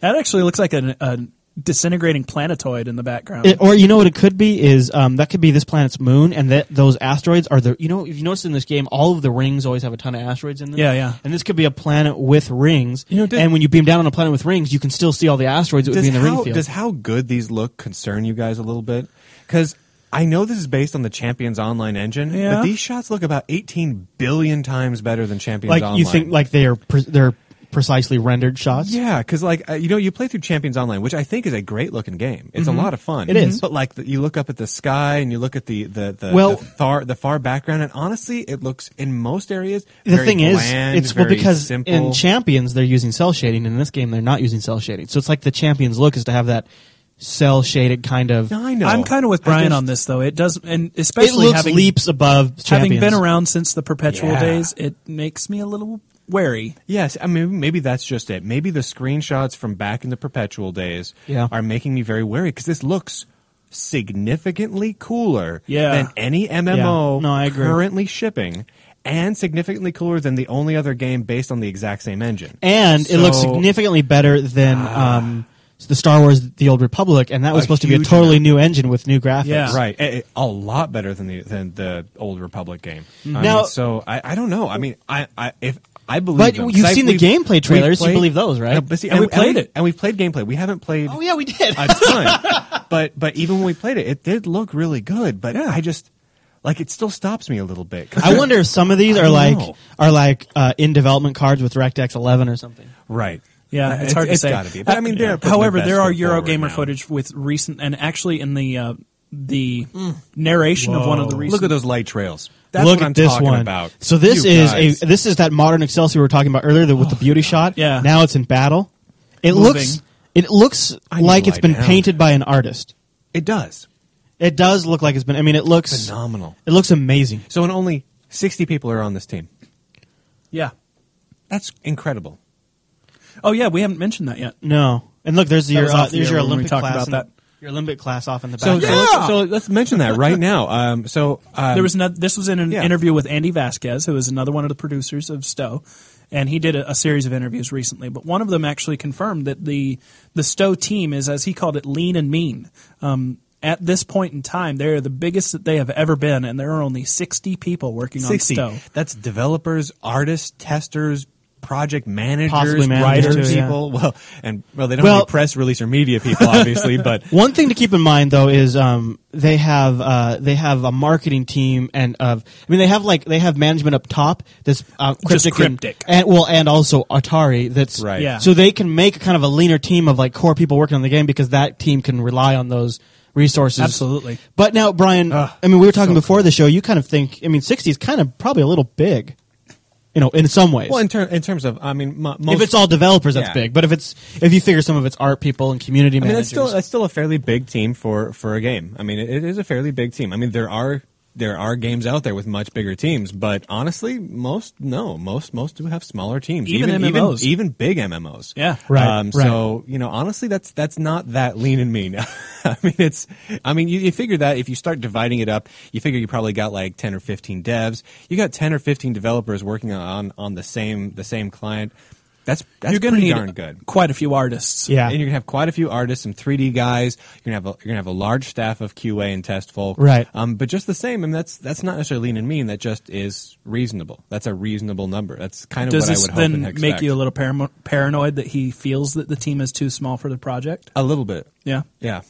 That actually looks like an, a disintegrating planetoid in the background.
It, or you know what it could be is um, that could be this planet's moon, and that those asteroids are the you know if you notice in this game all of the rings always have a ton of asteroids in them.
Yeah, yeah.
And this could be a planet with rings.
You know, did-
and when you beam down on a planet with rings, you can still see all the asteroids that would
does,
be in the
how,
ring field.
does how good these look concern you guys a little bit? Because I know this is based on the Champions Online engine,
Yeah.
but these shots look about 18 billion times better than Champions
like
Online.
you think like they are pre- they're precisely rendered shots.
Yeah, because like uh, you know, you play through Champions Online, which I think is a great looking game. It's a lot of fun.
Mm-hmm. It is.
but like the, you look up at the sky and you look at the the the,
Well-
the far the far background, and honestly, it looks in most areas.
The
very
thing
bland,
is, it's well
very
because
simple.
in Champions they're using cell shading, and in this game they're not using cell shading. So it's like the Champions look is to have that cell shaded kind of.
No, I know.
I'm kind of with
I
Brian
just-
on this though. It does, and
It
especially
looks
having
leaps above.
having
Champions.
been around since the perpetual
Yeah.
days, it makes me a little wary.
Yes, I mean maybe that's just it. Maybe the screenshots from back in the perpetual days
Yeah.
are making me very wary because this looks significantly cooler
Yeah.
than any MMO
Yeah. No, I agree.
currently shipping and significantly cooler than the only other game based on the exact same engine.
and it looks
So- ah.
significantly better than um, the Star Wars: The Old Republic, and that was
A
supposed to be a
huge
totally
amount.
new engine with new graphics.
Yeah.
Right, a, a- a lot better than the than the old Republic game. I
Now-
mean, so I, I don't know. I mean, I, I if I believe,
But
them,
you've
'cause I-
seen the
we've-
gameplay
we've
trailers, you
played-
believe those, right?
No, but see,
And we played it.
and we've played gameplay. We haven't played.
Oh yeah, we did.
a ton. [laughs] but but even when we played it, it did look really good. But I just like it still stops me a little bit. 'Cause-
I wonder if some of these
[laughs] I
are
don't
like
know.
are like uh, in development cards with DirectX 11 or something.
right?
Yeah, it's, hard to say.
Uh,
Uh,
It's gotta
Uh,
be. But I mean, they're putting
however,
their
there are
best foot forward
Eurogamer
now.
footage with recent and actually in the uh, the narration of one of the recent.
Mm. Look at those light trails. That's
Look
what
at
I'm
this
talking
one.
about.
So this
You
is
guys. Oh,
a this is that modern Excelsior we were talking about earlier the, with the beauty shot.
Yeah.
Now it's in battle. It
Moving.
looks it looks
I need to
like it's
lie
been
down.
painted by an artist.
it does
It does look like it's been. I mean, it looks
phenomenal.
It looks amazing.
So when only 60 people are on this team,
Yeah.
that's incredible.
Oh yeah, we haven't mentioned that yet.
No. And look, there's
That
your
was
uh,
off the
there's
air
your
when we
Olympic
talked
class.
about
in-
that.
Your Olympic class off in the
So
back.
so, let's, so let's mention that right now. Um, so um,
there was another. This was in an
yeah.
interview with Andy Vasquez, who is another one of the producers of Stowe, and he did a, a series of interviews recently. But one of them actually confirmed that the the Stowe team is, as he called it, lean and mean. Um, at this point in time, they are the biggest that they have ever been, and there are only sixty people working on
60.
Stowe.
That's developers, artists, testers, project managers,
Possibly managers,
writers,
too, yeah.
people. [laughs] Well, and well, they don't
Well-
really press release or media people,
[laughs]
obviously, but
One thing to keep in mind though is um, they have uh, they have a marketing team and of I mean they have like they have management up top that's uh, cryptic,
Just
and-
cryptic.
And, well and also Atari that's
Right.
Yeah.
So they can make kind of a leaner team of like core people working on the game because that team can rely on those resources
Absolutely.
But now Brian, I mean we were talking before the show. You kind of think I mean sixty is kind of probably a little big, you know, in some ways.
well, in, ter- in terms of, I mean, mo- most,
if it's all developers, that's
Yeah.
big. But if it's if you figure some of it's art people and community
I mean, that's
managers,
still that's still a fairly big team for for a game. I mean, it, it is a fairly big team. I mean, there are there are games out there with much bigger teams, but honestly, most no, most most do have smaller teams,
Even
even,
MMOs.
even big MMOs.
Yeah.
Right,
Um, So you know, honestly, that's that's not that lean and mean. [laughs] I mean, it's I mean, you, you figure that if you start dividing it up, you figure you probably got like ten or fifteen devs. You got ten or fifteen developers working on on the same the same client. That's that's
You're going to
pretty
need
darn good.
quite a few artists.
Yeah.
And you're gonna have quite a few artists, some 3D guys. You're gonna have a, you're gonna have a large staff of QA and test folk.
Right.
Um, but just the same, I mean, that's that's not necessarily lean and mean. That just is reasonable. That's a reasonable number. That's kind of
Does
what I
this
would hope and
then
expect.
make you a little paramo- paranoid that he feels that the team is too small for the project?
a little bit.
Yeah.
Yeah.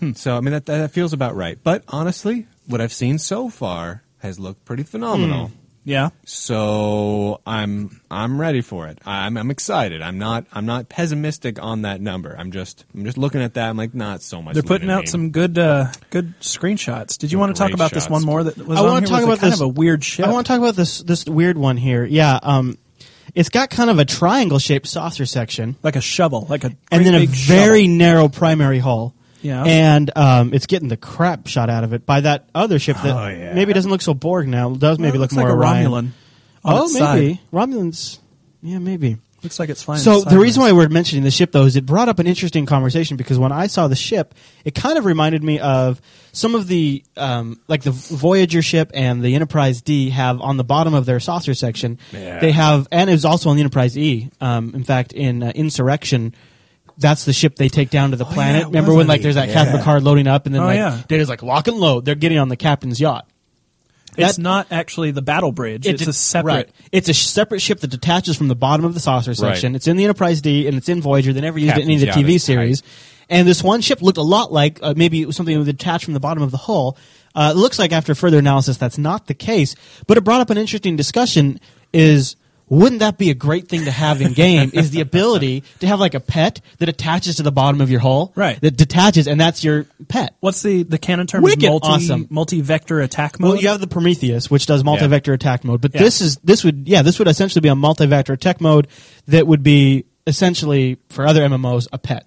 Hmm.
So I mean that that feels about right. But honestly, what I've seen so far has looked pretty phenomenal.
Hmm. Yeah.
So I'm I'm ready for it. I'm I'm excited. I'm not I'm not pessimistic on that number. I'm just I'm just looking at that. I'm like not so much.
They're putting
leaning
out
in.
some good uh, good screenshots. Did you want to talk
great
about this
shots.
one more that was
I
on
want
here?
to talk
It was
about
kind
this
of a weird ship.
I want to talk about this this weird one here. Yeah, um, it's got kind of a triangle shaped saucer section,
like a shovel, like a
and
great
then a
big
very
shovel.
narrow primary hull.
Yeah.
and um, it's getting the crap shot out of it by that other ship that
Oh, yeah.
maybe doesn't look so Borg now. Does
Well, it
maybe look
looks
more
like a
Orion.
Romulan. on
Oh,
its
maybe
side.
Romulans. Yeah, maybe.
looks like it's flying.
So the
sideways.
reason why we're mentioning the ship though is it brought up an interesting conversation because when I saw the ship, it kind of reminded me of some of the um, like the Voyager ship and the Enterprise D have on the bottom of their saucer section.
Yeah.
They have, and it was also on the Enterprise E. Um, in fact, in uh, Insurrection. That's the ship they take down to the planet.
Oh, yeah, it
Remember
was
when
on
like
the-
there's that Captain
yeah.
Picard loading up, and then
Oh,
like
yeah.
Data's like lock and load. They're getting on the captain's yacht.
it's
that-
not actually the battle bridge. It's,
It
a
did-
separate.
right. It's a sh- separate ship that detaches from the bottom of the saucer section. It's in the Enterprise D and it's in Voyager. They never used it in any of
Captain's
the
yacht
TV
is tight.
series. And this one ship looked a lot like uh, maybe it was something that would detach from the bottom of the hull. Uh, it looks like after further analysis that's not the case. But it brought up an interesting discussion: is wouldn't that be a great thing to have in game? is the ability to have like a pet that attaches to the bottom of your hull,
Right.
That detaches and that's your pet.
What's the the canon term?
Wicked
multi
awesome.
multi vector attack mode.
Well, you have the Prometheus, which does multi-vector attack mode, but
Yeah.
this is this would yeah this would essentially be a multi-vector attack mode that would be essentially for other MMOs a pet.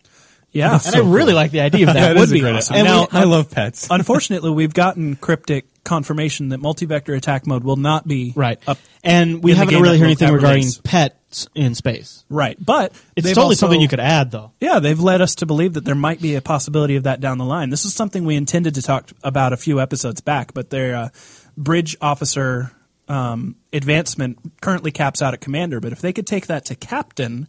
yeah,
and I really like the
[laughs]
idea of that.
Yeah, it
would
is a
be
great
awesome.
idea.
Now-
I love
[laughs]
pets.
[laughs] Unfortunately, we've gotten cryptic confirmation that multi-vector attack mode will not be
right.
up-
and we
in the
haven't
game
really
that
heard
will-
anything
that
regarding
release.
pets in space.
right. But
It's
they've
totally
also-
something you could add though.
Yeah, they've led us to believe that there might be a possibility of that down the line. This is something we intended to talk about a few episodes back, but their uh, bridge officer um, advancement currently caps out at commander. But if they could take that to captain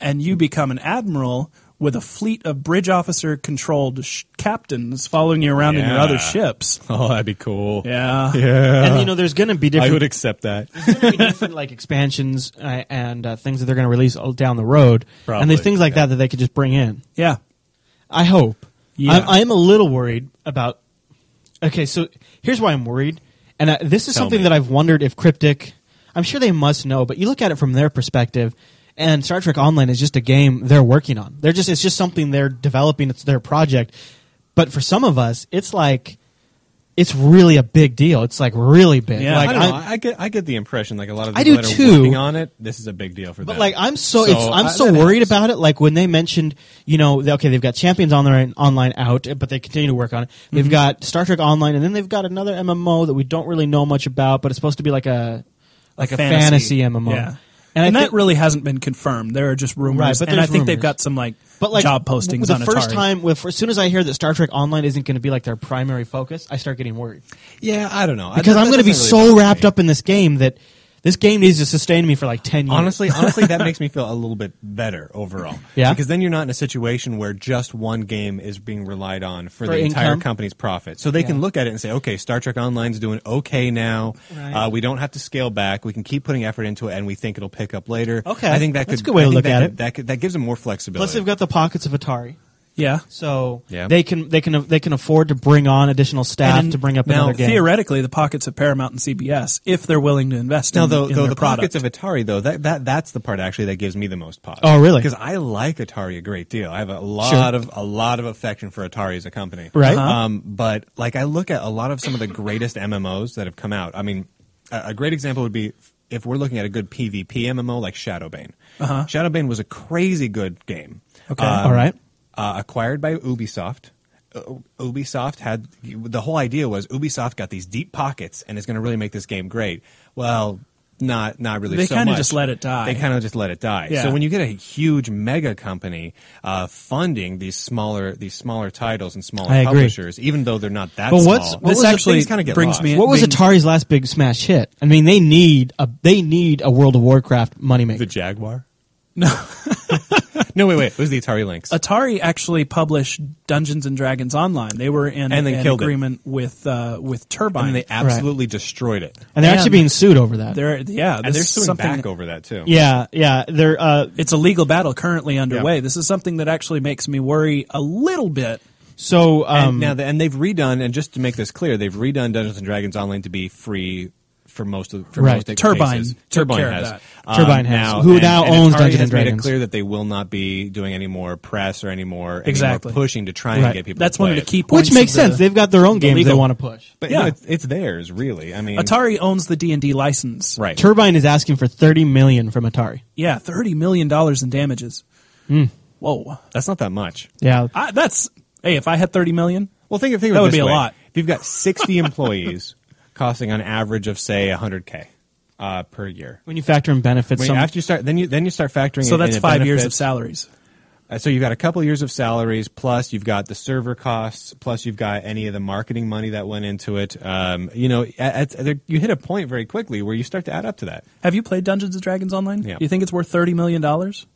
and you become an admiral with a fleet of bridge officer controlled sh- captains following you around in your
Yeah.
other ships. uh,
Oh, that'd be cool.
Yeah.
and you know, there's going to be
I
different
would accept that.
[laughs]
be different like expansions uh, and uh, things that they're going to release all down the road, and
Probably,
there's things like that that they could just bring in.
Yeah.
I hope.
Yeah.
I'm, I am a little worried about. Okay, so here's why I'm worried, and I, this is
Tell
something
me.
that I've wondered if Cryptic. I'm sure they must know, but you look at it from their perspective, and Star Trek Online is just a game they're working on. They're just it's just something they're developing. It's their project, but for some of us, it's like it's really a big deal. It's like really big.
Yeah.
[laughs]
like
I, don't know,
I'm-
I get I get the impression like a lot of
I
people
do
that are
too.
working on it. This is a big deal for
But
them.
like I'm so, it's, I'm
I-
so
uh, that
worried
helps.
about it. Like when they mentioned, you know, they- okay, they've got Champions Online online out, but they continue to work on it. They've got Star Trek Online, and then they've got another MMO that we don't really know much about, but it's supposed to be like a like a, fantasy. MMO.
Yeah.
And,
And,
I
that
think-
really hasn't been confirmed. There are just rumors,
Right, but
and I
there's
think they've
rumors.
got some like,
but like
job postings
the
on
first
Atari.
time, with, as soon as I hear that Star Trek Online isn't going to be like their primary focus, I start getting worried
yeah, I don't know
because
I,
I'm going to be so wrapped up in this game that this game needs to sustain me for like ten years. [laughs]
Honestly, honestly, that makes me feel a little bit better overall.
Yeah?
because then you're not in a situation where just one game is being relied on for,
For
the entire
income?
company's profit. So they can look at it and say, okay, Star Trek Online's doing okay now.
Right.
Uh, we don't have to scale back. We can keep putting effort into it, and we think it'll pick up later.
Okay.
I think that
That's
could
a good way
I
to
think
look
that
at
could-
it.
That could, that gives them more flexibility.
plus they've got the pockets of Atari.
yeah.
So
Yeah.
they can they can they can afford to bring on additional staff
And in-
to bring up
now,
another game.
Theoretically, the pockets of Paramount and CBS, if they're willing to invest
Now,
in,
though,
in
though
their
the
product.
pockets of Atari, though that, that that's the part actually that gives me the most pause.
Oh, really?
Because I like Atari a great deal. I have a lot
Sure.
of a lot of affection for Atari as a company.
Right. Uh-huh.
Um, but like I look at a lot of some of the greatest MMOs that have come out. I mean, a, a great example would be if we're looking at a good PvP MMO like Shadowbane. Uh-huh. Shadowbane was a crazy good game.
Um,
Okay.
All right.
Uh, acquired by Ubisoft. U- Ubisoft had the whole idea was Ubisoft got these deep pockets and is going to really make this game great. Well, not not really.
They
so
kinda
much.
just let it die.
They kind of just let it die.
Yeah.
So when you get a huge mega company uh, funding these smaller these smaller titles and smaller
I agree.
publishers, even though they're not that
But
small,
what's- what
This
was it-
actually
things kinda get
brings
lost.
me.
What was
being-
Atari's last big smash hit? I mean, they need a they need a World of Warcraft moneymaker.
the Jaguar?
[laughs]
No, [laughs] no, wait, wait. It was the Atari Lynx.
Atari actually published Dungeons and Dragons Online. They were in
And then
an
killed it.
agreement with uh, with Turbine.
and they absolutely destroyed it.
and they're actually
and
being sued over that.
They're- yeah,
And
this
they're
is
suing
something,
back over that too.
Yeah, yeah, they're uh,
It's a legal battle currently underway. This is something that actually makes me worry a little bit.
so
And
um,
now, the, and they've redone, and just to make this clear, they've redone Dungeons and Dragons Online to be free for most of for
Right.
most
Turbine
cases.
took
Turbine
care of
has Um,
that.
Turbine has,
now,
who
and-
now
and
owns
Atari
Dungeons
has
and
Made it
Dragons.
clear that they will not be doing any more press or any more any more
Exactly.
pushing to try
Right.
and get people.
That's
to
one of
play
the key
it.
points.
which makes
of the-
sense. They've got their own games they
legal-
want to push.
But
Yeah.
no, it's, it's theirs, really. I mean,
Atari owns the D and D license.
right?
Turbine is asking for thirty million from Atari.
Yeah, thirty million dollars in damages.
Hmm.
Whoa,
That's not that much.
Yeah,
I, that's hey. If I had thirty million,
Well, think of think of
That
it
would
this
be a
way.
lot.
If you've got sixty [laughs] employees, costing on average of say hundred k uh, per year.
when you factor in benefits,
When
some,
after you start, then you then you start factoring.
so
in-
that's
in
five years of
benefits.
salaries.
Uh, so you've got a couple years of salaries, plus you've got the server costs, plus you've got any of the marketing money that went into it. Um, you know, at, at, there, you hit a point very quickly where you start to add up to that.
Have you played Dungeons and Dragons Online?
Yeah.
You think it's worth thirty million dollars?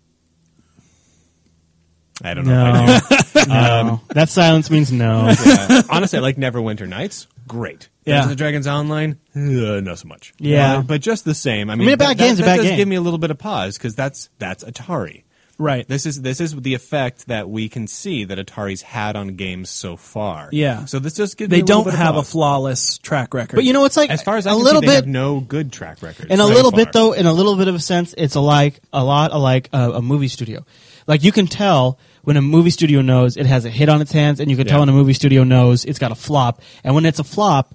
I don't know.
[laughs] no,
[laughs]
no. Um, that silence means no.
Yeah. Honestly, I like Neverwinter Nights. Great.
Yeah.
Dungeons and Dragons Online, uh, not so much.
Yeah.
Uh, but just the same. I mean,
a bad
that,
game's a
that
bad
does
game.
give me a little bit of pause because that's that's Atari.
Right.
This is this is the effect that we can see that Atari's had on games so far.
Yeah.
So this just gives me
they
a little
don't
bit of
have a
pause.
flawless track record.
But you know,
[laughs]
it's like
As far as I
a
can see,
little
they
bit.
have no good track record.
in a
so
little
far.
bit though in a little bit of a sense it's alike a lot alike a, a movie studio like you can tell when a movie studio knows it has a hit on its hands and you can
Yeah.
tell when a movie studio knows it's got a flop and when it's a flop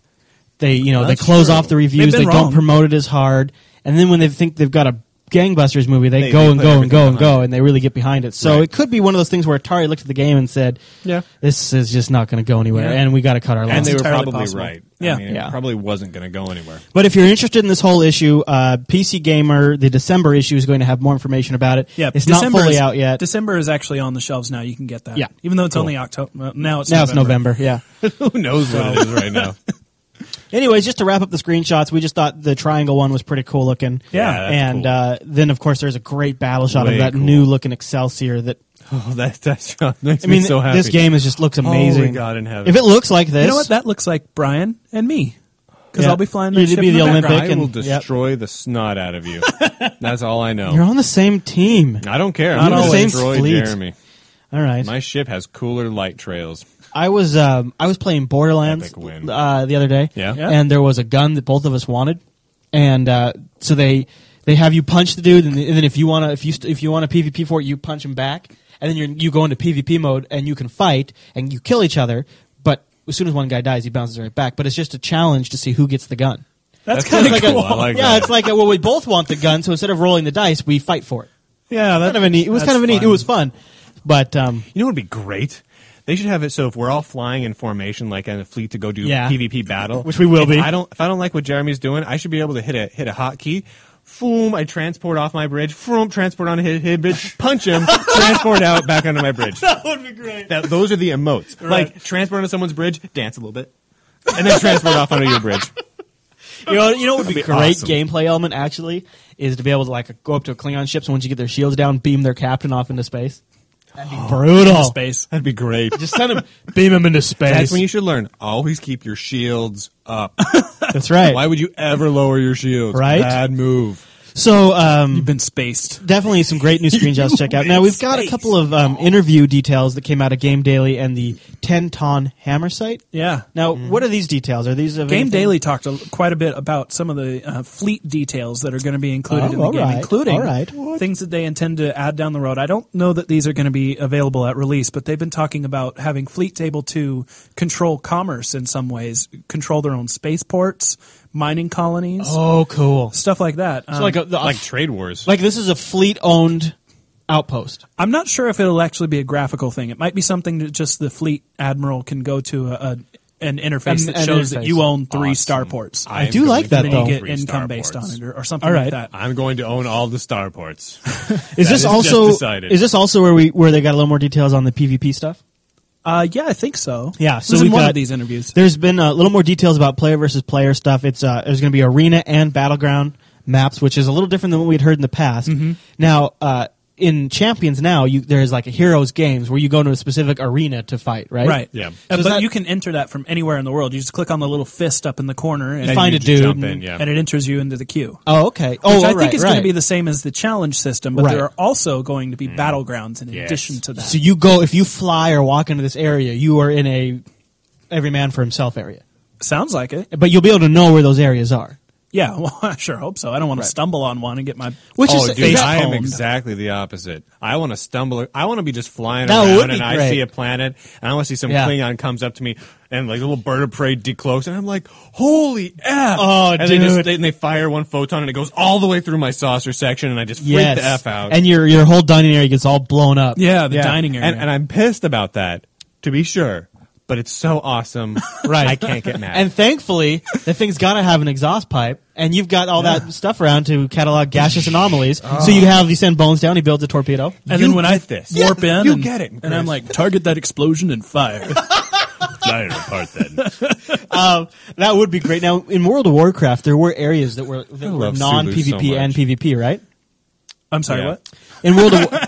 they you know
That's
they close
true.
off the reviews
been
they
wrong.
don't promote it as hard and then when they think they've got a gangbusters movie they,
They-
go
they
and
put
go and
everything
go and
behind
go
it.
and they really get behind it so
Right.
it could be one of those things where atari looked at the game and said
Yeah.
this is just not going to go anywhere
Yeah.
and we got to cut our
and
losses
they were
entirely
probably
possible.
right.
Yeah.
I mean,
Yeah.
it probably wasn't going to go anywhere.
But if you're interested in this whole issue, uh, PC Gamer, the December issue is going to have more information about it.
yeah,
it's
December
not fully
is-
out yet.
December is actually on the shelves now. You can get that.
Yeah.
even though it's only October. Well, now it's
now it's
November.
November.
[laughs] [laughs]
Yeah.
Who knows what it is right [laughs] now?
Anyways, just to wrap up the screenshots, we just thought the triangle one was pretty cool looking.
Yeah,
that's
and
cool.
uh, then of course there's a great battle shot
Way
of that
cool.
new looking Excelsior. That
oh, that that shot makes
I mean,
me so happy.
this game is just looks amazing.
God in heaven.
If it looks like this,
You know what? That looks like Brian and me because
Yeah.
I'll be flying that
You'd
ship
be
in the,
the
background.
Olympic.
I will
and- yep.
destroy the snot out of [laughs] you. That's all I know.
you're on the same team.
I don't care.
You're
I'm
on
gonna
the same
destroy
fleet.
Jeremy.
All right.
My ship has cooler light trails.
I was um, I was playing Borderlands
Epic win.
uh, the other day.
Yeah.
Yeah.
And there was a gun that both of us wanted, and uh, so they they have you punch the dude, and, and then if you wanna if you st- if you want to PvP for it, you punch him back, and then you you go into PvP mode and you can fight and you kill each other, but as soon as one guy dies, he bounces right back. But it's just a challenge to see who gets
[laughs]
the gun.
That's
That's
kind of
like
cool.
a- I like
yeah,
that.
it's like a, well, we both want the gun, so instead of rolling the dice, we fight for it.
[laughs] yeah, that,
Kind
[laughs]
of a neat. It was
that's
kind of a neat. It
fun.
was fun, but um,
You know what would be great? They should have it so if we're all flying in formation like in a fleet to go do
Yeah.
PvP battle,
Which we will
if
be.
I don't if I don't like what Jeremy's doing, I should be able to hit a hit a hotkey. Foom, I transport off my bridge. Foom, transport on his, his bridge. Punch
[laughs]
him, transport out back onto my bridge. That would be great. those are the emotes. Like transport onto someone's bridge, dance a little bit, and then transport off onto your bridge.
You know, you know what would be,
That'd be
great
awesome.
gameplay element actually is to be able to like go up to a Klingon ship. So once you get their shields down, beam their captain off into space. That'd be brutal.
space.
That'd be great.
Just send him, beam him into space.
That's when you should learn. Always keep your shields up.
That's right.
Why would you ever lower your shields?
Right?
Bad move.
so um,
You've been spaced.
definitely some great new screenshots to check out. Now we've got a
Space.
couple of um, interview details that came out of Game Daily and the Ten Ton Hammer site.
Yeah.
Now, what are these details? Are these of
Game
anything-
Daily talked a, quite a bit about some of the uh, fleet details that are going to be included
Oh,
in the
all
game,
right,
including
all right.
things that they intend to add down the road. I don't know that these are going to be available at release, but they've been talking about having fleets able to control commerce in some ways, control their own spaceports, mining colonies,
Oh, cool.
stuff like that. Um,
like a, the,
Like trade wars.
like this is a fleet owned outpost.
I'm not sure if it'll actually be a graphical thing. It might be something that just the fleet admiral can go to a, a an interface
An-
that
an
shows that
interface.
you own three
Awesome.
starports.
I am
do
going
like
to
that,
and
own
then
though.
you
three
get income based on
starports.
it or, or something
All
like that.
right.
I'm going to own all the [laughs] starports.
Is
That
this
is
also
just decided.
is this also where we where they got a little more details on the PvP stuff?
Uh, yeah, I think so.
Yeah,
This
so
is
we
in one
got-
of these interviews.
There's been a little more details about player versus player stuff. It's uh, there's going to be arena and battleground maps, which is a little different than what we'd heard in the past. Now, uh, in Champions now, you there's like a heroes games where you go to a specific arena to fight, right?
Right.
Yeah.
Uh,
So
but
is that-
you can enter that from anywhere in the world. You just click on the little fist up in the corner and,
And
Find
you
a
just
dude
Jump in,
and-
yeah.
and it enters you into the queue.
Oh, okay.
Which
Oh,
I
all
think
right,
is
right.
going to be the same as the challenge system, but
Right.
there are also going
Hmm.
to be battlegrounds in addition to that.
So you go if you fly or walk into this area, you are in a every man for himself area.
Sounds like it.
But you'll be able to know where those areas are.
Yeah, [laughs] well, I sure hope so. I don't want to stumble on one and get my
Which
oh,
is
dude,
is that-
I am
palmed.
exactly the opposite. I want to stumble. I want to be just flying
That would
around,
be
and I
great.
see a planet, and I want to see some
Yeah.
Klingon comes up to me, and like a little bird of prey decloaks, and I'm like, "Holy f!"
Oh,
and They just,
dude.
they, and they fire one photon, and it goes all the way through my saucer section, and I just freak
yes.
the f out.
And your your whole dining area gets all blown up.
yeah, the dining area.
And, and I'm pissed about that, to be sure. But it's so awesome, [laughs]
Right.
I can't get mad. [laughs]
And thankfully, the thing's got to have an exhaust pipe, and you've got all that stuff around to catalog gaseous anomalies.
Oh.
So you have you send Bones down, he builds a torpedo.
And
You
then when I
get this.
warp
Yeah,
in,
you
and,
get it,
and I'm
Chris.
like, target that explosion and
[laughs]
fire.
flying apart then.
Um, that would be great. Now, in World of Warcraft, there were areas that were, that were
love Sulu so
non PvP and
much.
PvP, right?
I'm sorry,
Yeah.
what?
In World
[laughs]
of War-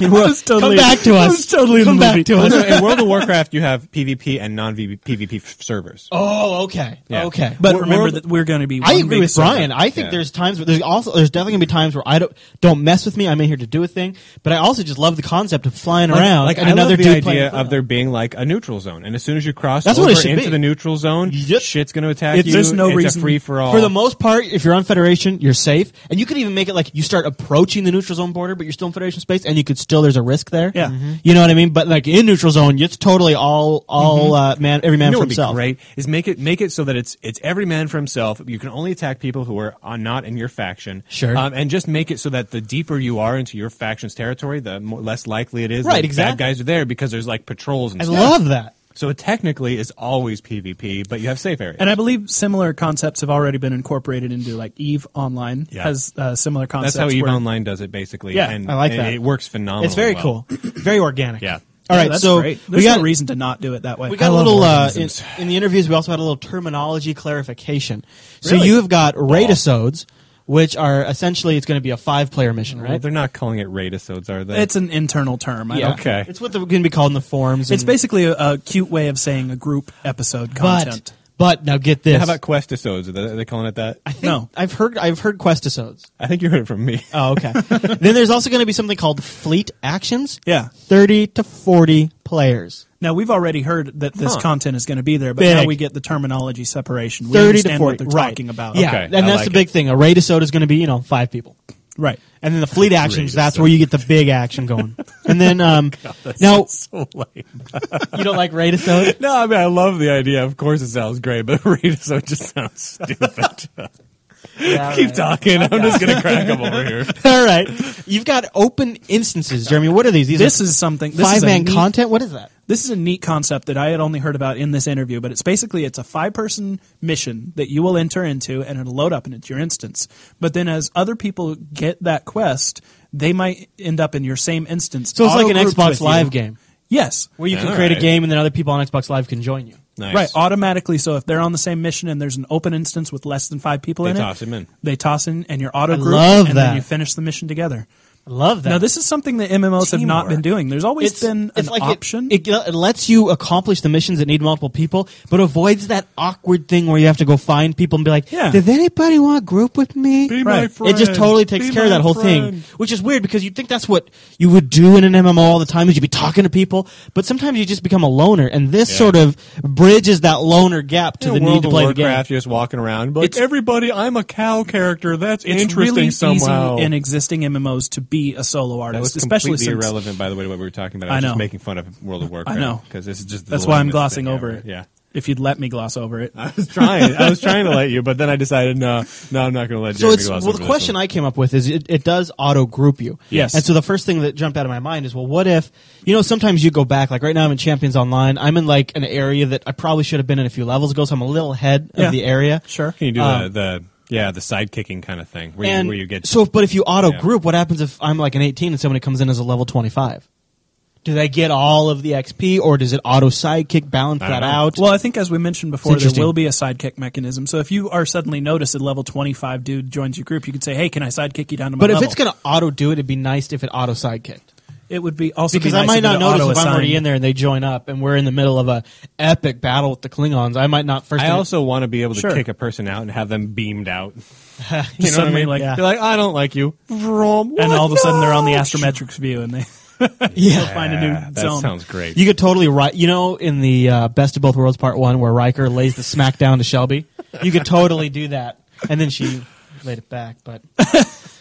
in World-
was totally-
come back to
I
us.
was totally in
come
the
back
movie.
to
[laughs] Well, no,
us.
in World of Warcraft, you have PvP and non-PvP servers.
oh, okay,
Yeah.
okay.
But
We're-
remember
we're-
that we're going to be.
I
one
agree
big
with
server.
Brian. I think
Yeah.
there's times where there's also there's definitely gonna be times where I don't don't mess with me. I'm in here to do a thing, but I also just love the concept of flying around
Like
and
I
another
love the
dude
idea
playing
of there being like a neutral zone, and as soon as you cross
That's what
over
it should
into
be.
the neutral zone,
Yep.
shit's going to attack
It's-
you.
there's no
it's a
reason-
free for all.
For the most part, if you're on Federation, you're safe, and you could even make it like you start approaching the neutral zone border, but you're still in Federation space, and you could still there's a risk there. Mm-hmm.
Yeah. Mhm.
you know what I mean. But like in neutral zone, it's totally all
Mm-hmm.
all uh, man, every man
you know
for
what would be
himself.
great is make it make it so that it's it's every man for himself. You can only attack people who are uh, not in your faction.
Sure.
um, and just make it so that the deeper you are into your faction's territory, the more, less likely it is.
Right,
that
exactly.
Bad guys are there because there's like patrols and
I
stuff.
love that.
So it technically is always PvP, but you have safe areas.
And I believe similar concepts have already been incorporated into like Eve Online
Yeah.
has uh, similar concepts.
That's how Eve
where-
Online does it, basically.
Yeah,
and,
I like
and
that.
It works phenomenally.
It's very
well.
cool, very organic.
Yeah.
All right,
Yeah, that's
so
great.
we
There's
got
no reason to not do it that way.
We got
I
a
love
little uh, in,
organisms.
in the interviews. We also had a little terminology clarification. So
Really?
you have got raidisodes, which are essentially it's going to be a five-player mission,
Well,
right?
they're not calling it raid-isodes, are they?
it's an internal term. I don't-
okay.
It's what they're going to be called in the forums.
It's
and-
basically a, a cute way of saying a group episode
but
content.
but now get this.
How about questisodes? Are they, are they calling it that? I,
no,
I've heard I've heard questisodes.
think you heard it from
[laughs]
me.
[laughs]
Oh, okay. then there's also going to be something called fleet actions.
yeah.
thirty to forty players.
Now we've already heard that this
Huh.
content is going to be there, but
Big.
now we get the terminology separation. We
Thirty to
understand
forty.
what they're
right.
talking about.
Yeah,
Okay,
and
I
that's
like
the big
it.
thing. A raidisode is going to be you know five people.
right.
And then the fleet actions, that's where you get the big
[laughs]
action going. And then um now
so lame.
[laughs] you don't
[laughs]
like Raidasode?
No, I mean I love the idea. Of course, it sounds great, but [laughs] raid-isode just sounds
[laughs]
stupid.
[laughs]
Keep talking. I'm just gonna crack up over
[laughs]
here.
All right. You've got open instances, Jeremy. What are these? These
This
are
is something. This
five
is a
man
neat-
content? What is that?
This is a neat concept that I had only heard about in this interview, but it's basically it's a five person mission that you will enter into and it'll load up and it's your instance. But then as other people get that quest, they might end up in your same instance.
So it's like an
auto-grouped
Xbox
with you.
Live game.
Yes.
Where you can
All
create a
right.
game and then other people on Xbox Live can join you.
Nice.
Right, automatically. So if they're on the same mission and there's an open instance with less than five people
They
in it,
toss 'em in.
They toss in, and you're auto group,
love
and
that.
then you finish the mission together.
I love that.
Now, this is something that MMOs have not
Teamwork.
been doing. There's always been an
like it-
option.
It, it lets you accomplish the missions that need multiple people, but avoids that awkward thing where you have to go find people and be like,
Yeah.
"Did anybody want to group with me?"
Be my
It just
friend.
totally takes
Be
care of
my
that whole thing,
friend.
which is weird because you'd think that's what you would do in an MMO all the time is you'd be talking to people, but sometimes you just become a loner, and this
Yeah.
sort of bridges that loner gap to
In
the
World
need to
of
play
Warcraft,
the game.
You're just walking around, but like,
It's-
everybody, I'm a cow character. That's
it's
interesting
really
somehow.
easy in existing MMOs to be a solo
that
artist,
was
especially
completely
since
irrelevant, by the way, to what we were talking about. I,
I
was
know.
just making fun of World of Warcraft.
know.
because this is just the
That's why I'm
lamest
glossing
thing
over
ever.
it.
Yeah.
if you'd let me gloss over it.
[laughs] I was trying. I was trying to let you, but then I decided no, no, I'm not going to let you.
So it's well. The question I came up with is it, it does auto group you.
Yes.
And so the first thing that jumped out of my mind is well, what if you know sometimes you go back like right now I'm in Champions Online. I'm in like an area that I probably should have been in a few levels ago, so I'm a little ahead
Yeah.
of the area.
Sure.
Can you do
Um,
the, the yeah the side kicking kind of thing where
And
you, where you get
so, if- but if you auto group, what happens if I'm like an 18 and somebody comes in as a level 25? Do they get all of the XP, or does it auto sidekick balance
I don't
that
know.
out?
Well, I think as we mentioned before,
It's
there
interesting.
will be a sidekick mechanism. So if you are suddenly noticed that level twenty five dude joins your group, you can say, "Hey, can I sidekick you down to my
but if
level?"
it's going to auto do it, it'd be nice if it auto sidekicked.
it would be also
because
be
I
nice
might not notice if
auto
I'm already in there and they join up and we're in the middle of a epic battle with the Klingons. I might not first.
I also want to be able to
Sure.
kick a person out and have them beamed out. [laughs]
You know
I mean,
like,
Yeah.
You're like, I don't like you. Vroom. What?
and all of a sudden they're on the
No!
astrometrics view and they
yeah.
find a
[laughs]
new
Yeah, that
zone.
sounds great.
You could totally write, you know, in the uh, Best of Both Worlds Part One, where Riker lays the smack down to Shelby. You could totally do that, and then she laid it back. But [laughs]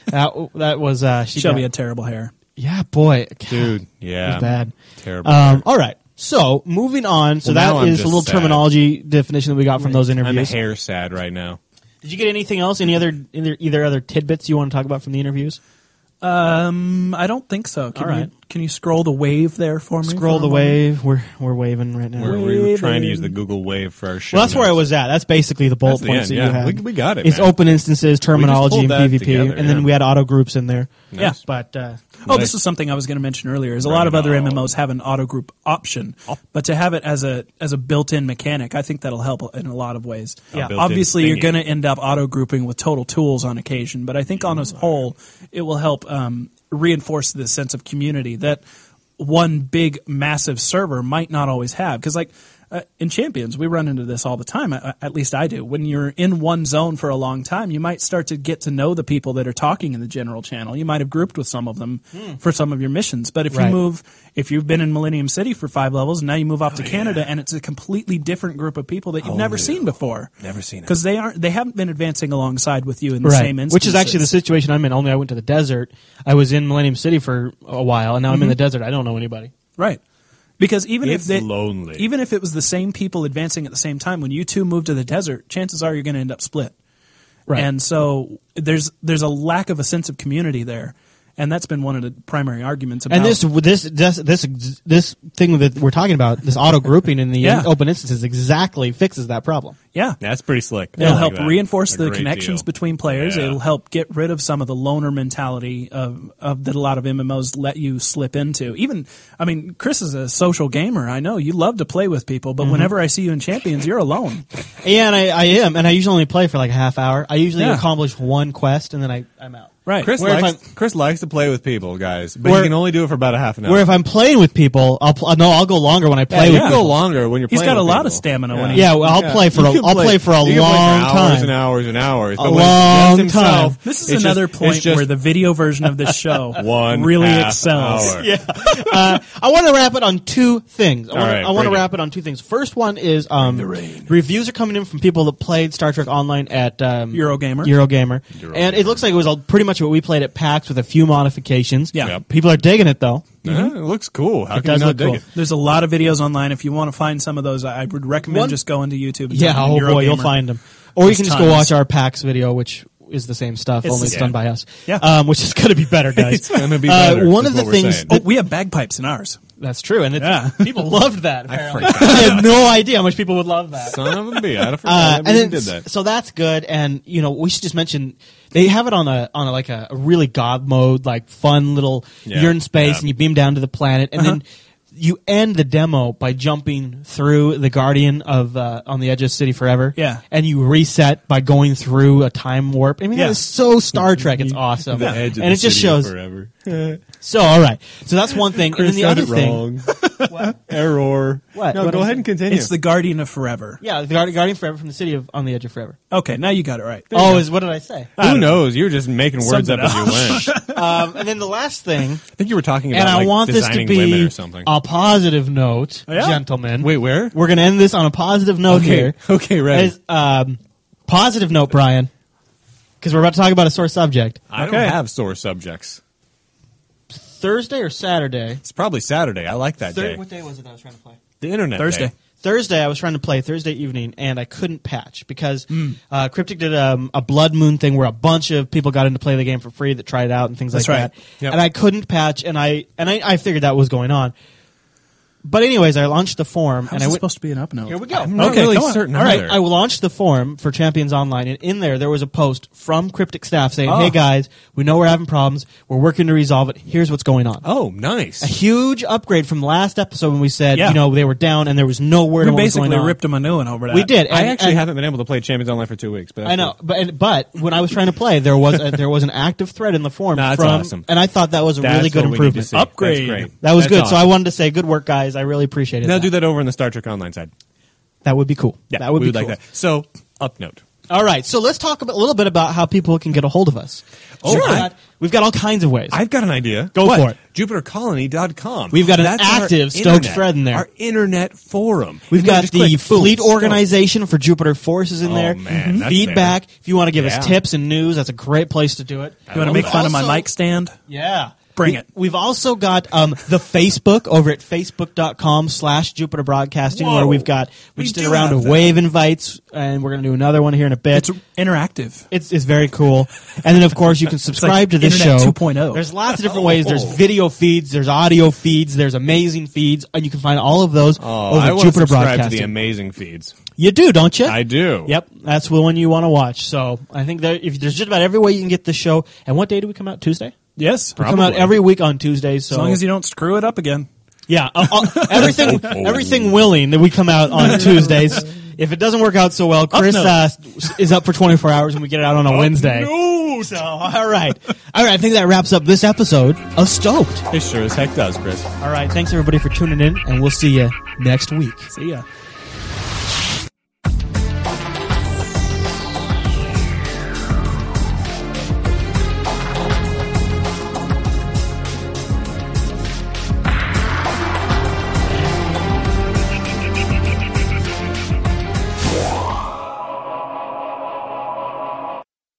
that that was uh, she
Shelby
got-
had terrible hair.
yeah, boy,
dude.
it
Yeah,
was bad.
Terrible.
Um, all right, so moving on. So
Well, now
that
I'm
is a
just
little
sad.
terminology definition that we got from those
I'm
interviews.
hair sad right now.
Did you get anything else? Any other either, either other tidbits you want to talk about from the interviews?
Um, I don't think so. Can
All
you
right.
can you scroll the wave there for me?
Scroll
for a
the
moment?
wave. We're we're waving right now.
We're,
well,
we're
Waving.
trying to use the Google Wave for our show.
that's where I
notes.
was at. That's basically the bullet
That's the
points
end,
that you
yeah.
had.
We- we got it,
It's
man.
open instances, terminology, and
pulled that
PvP,
together,
and then
yeah.
we had auto groups in there.
Nice.
Yeah, but uh,
Oh,
Like-
this is something I was going to mention earlier. Is a lot of
Right
other
on.
MMOs have an auto group option, but to have it as a as a built-in mechanic, I think that'll help in a lot of ways.
Yeah. built-in
Obviously, you're
thingy.
going to end up auto grouping with total tools on occasion, but I think on as whole, it will help um, reinforce the sense of community that one big massive server might not always have because like. Uh, in champions, we run into this all the time. I, at least I do. When you're in one zone for a long time, you might start to get to know the people that are talking in the general channel. You might have grouped with some of them for some of your missions. But if
Right.
you move, if you've been in Millennium City for five levels, and now you move off to Canada, and it's a completely different group of people that you've never seen before.
Never seen it.
because they aren't. They haven't been advancing alongside with you in the
right,
same instance.
which is actually the situation I'm in. Only I went to the desert. I was in Millennium City for a while, and now I'm in the desert. I don't know anybody.
Right. Because even
It's
if they,
lonely.
even if it was the same people advancing at the same time, when you two move to the desert, chances are you're going to end up split.
Right.
And so there's there's a lack of a sense of community there, and that's been one of the primary arguments about.
And this this this this this thing that we're talking about, this auto
[laughs]
grouping in the
Yeah.
open instances, exactly fixes that problem.
yeah,
That's pretty slick. I
It'll
like
help
that.
reinforce
A
the
great
connections
deal.
between players.
Yeah.
It'll help get rid of some of the loner mentality of, of that a lot of MMOs let you slip into. Even, I mean, Chris is a social gamer. I know you love to play with people, but whenever I see you in Champions, you're alone.
Yeah, and I, I am, and I usually only play for like a half hour. I usually
Yeah.
accomplish one quest, and then I, I'm out.
Right.
Chris
Where if
likes
I'm-
Chris likes to play with people, guys, but
Where-
he can only do it for about a half an hour.
Where if I'm playing with people, I'll pl- no, I'll go longer when I play
yeah,
with
you
people.
go longer when you're.
He's
playing
got a
with
lot
people.
of stamina when he-
Yeah, well, I'll play for a,
You can
I'll play, for a
you can play
long
for hours
time.
and hours and hours.
A
But when it's
long
just himself,
time.
This is
it's
another
just,
point
it's just
where the video version of this show
one
really
half
excels.
[laughs]
hour.
uh, I want to wrap it on two things. I
All
want
right,
to I want to
bring it.
wrap it on two things. First one is um, reviews are coming in from people that played Star Trek Online at um,
Eurogamer.
Eurogamer,
Eurogamer.
and it looks like it was all, pretty much what we played at PAX with a few modifications.
Yeah. Yep.
people are digging it though.
Yeah, Uh-huh. it looks cool. How
Mm-hmm. It
can you
does
not
look
dig
cool.
it?
There's a lot of videos online. If you want to find some of those, I I would recommend
One-
just going to YouTube. And
Yeah,
typing
oh
in
boy, you'll
Eurogamer.
find them. Or
There's
you can just
tons.
go watch our PAX video, which is the same stuff,
It's
only
the
it's
same.
done by us.
Yeah.
Um, which is going to be better, guys.
[laughs] It's gonna be
Uh,
better,
one
is
of the
what we're
things
saying.
Oh, we have bagpipes in ours.
that's true, and it's,
Yeah.
[laughs] people loved that.
I
Apparently. [laughs]
forgot.
I had no idea how much people would love that.
Son of a bee! I forgot.
[laughs] Uh,
I
and then,
did that.
so that's good, and you know we should just mention they have it on a on a, like a, a really god mode, like fun little
Yeah,
you're in space
yeah. Uh-huh.
and you beam down to the planet, and then you end the demo by jumping through the guardian of uh, on the edge of city forever,
Yeah.
and you reset by going through a time warp. I mean,
Yeah.
that is so Star Trek. It's awesome,
The edge of
and
the
it just
city
shows.
forever.
So all right, so that's one thing, and
Chris
then the
got
other
it
thing.
wrong.
[laughs]
Error.
What?
No,
What
go
is
ahead
it?
and continue.
It's the Guardian of Forever.
Yeah, the Guardi- Guardian Forever from the city of on the edge of forever.
Okay, now you got it right.
Oh, is what did I
[laughs]
say?
Who knows? You were just making words
Something
up as you
[laughs]
went.
um, and then the
[laughs]
last thing
I think you were talking about
and I
like,
want this to
designing women
be um,
or something. Oh,
a positive note,
Yeah.
gentlemen.
Wait, where?
We're going to end this on a positive note
Okay.
here.
Okay, ready.
As, um, positive note, Brian, because we're about to talk about a sore subject.
I don't
Okay.
have sore subjects.
Thursday or Saturday?
It's probably Saturday. I like that
Thir-
day.
day was it that I was trying to play?
The internet
Thursday.
day.
Thursday, I was trying to play Thursday evening, and I couldn't patch because uh, Cryptic did um, a Blood Moon thing where a bunch of people got in to play the game for free that tried out and things
That's
like
right.
that.
Yep.
And I couldn't patch, and I and I, I figured that was going on. But anyways, I launched the form,
How's
and
it
I went.
supposed to be an up note?
Here we go.
I'm not
Okay,
really
go on.
certain
All right,
either.
I launched the forum for Champions Online, and in there there was a post from Cryptic staff saying,
Oh.
"Hey guys, we know we're having problems. We're working to resolve it. Here's what's going on."
oh,
A
nice.
huge upgrade from last episode when we said,
Yeah.
you know, they were down and there was no word
We
on what was
basically
going on.
ripped him a new one over that.
we did.
I
[laughs] and-
actually
and-
haven't been able to play Champions Online for two weeks, but that's
I know,
good.
but and, but when I was trying to play, there was a, there was an active thread in the forum
Nah, that's
from,
awesome.
and I thought that was a
That's
really good
what we need to
improvement.
see.
Up-
Upgrade.
That's great.
That was
That's
good. So I
awesome.
wanted to say, good work, guys. I really appreciated
now
that.
do that over on the Star Trek Online side.
That would be cool.
Yeah,
that would
we
be
would like
cool.
that. So up note.
All right, so let's talk about, a little bit about how people can get a hold of us.
Oh,
We've
Sure.
got, we've got all kinds of ways.
I've got an idea.
Go
What?
for it.
JupiterColony.com.
We've got an
That's our
active Stoked
internet-
thread in there.
Our internet forum.
We've
And you
got
just
the
click, boom,
fleet
Stoked.
organization for Jupiter Forces in
Oh,
there.
man, that's
Feedback.
there.
If you want to give
Yeah.
us tips and news, that's a great place to do it.
You want to make fun of my mic stand?
Yeah.
Bring
We-
it.
We've also got um, the Facebook over at facebook.com slash Jupiter Broadcasting
Whoa.
where we've got, we
We
just
do
did a round
have
of
that.
wave invites and we're going to do another one here in a bit.
It's interactive.
It's, it's very cool. And then, of course,
[laughs]
you can subscribe to this
Internet
show.
2.0.
There's lots of different ways. There's
Oh.
video feeds, there's audio feeds, there's amazing feeds, and you can find all of those
Oh,
over
I
at
want to
Jupiter
subscribe to
Broadcasting.
the amazing feeds.
you do, don't you?
I do.
[laughs] Yep, that's the one you want to watch. So I think there, if there's just about every way you can get the show. And what day do we come out? Tuesday.
Yes.
We come out every week on Tuesdays. So
As long as you don't screw it up again.
yeah, uh, uh, everything everything willing that we come out on Tuesdays. If it doesn't work out so well, Chris
note.
uh, is up for 24 hours and we get it out on a Wednesday.
No,
So all right, all right. I think that wraps up this episode of Stoked.
it sure as heck does, Chris.
All right, thanks everybody for tuning in, and we'll see you next week.
See ya.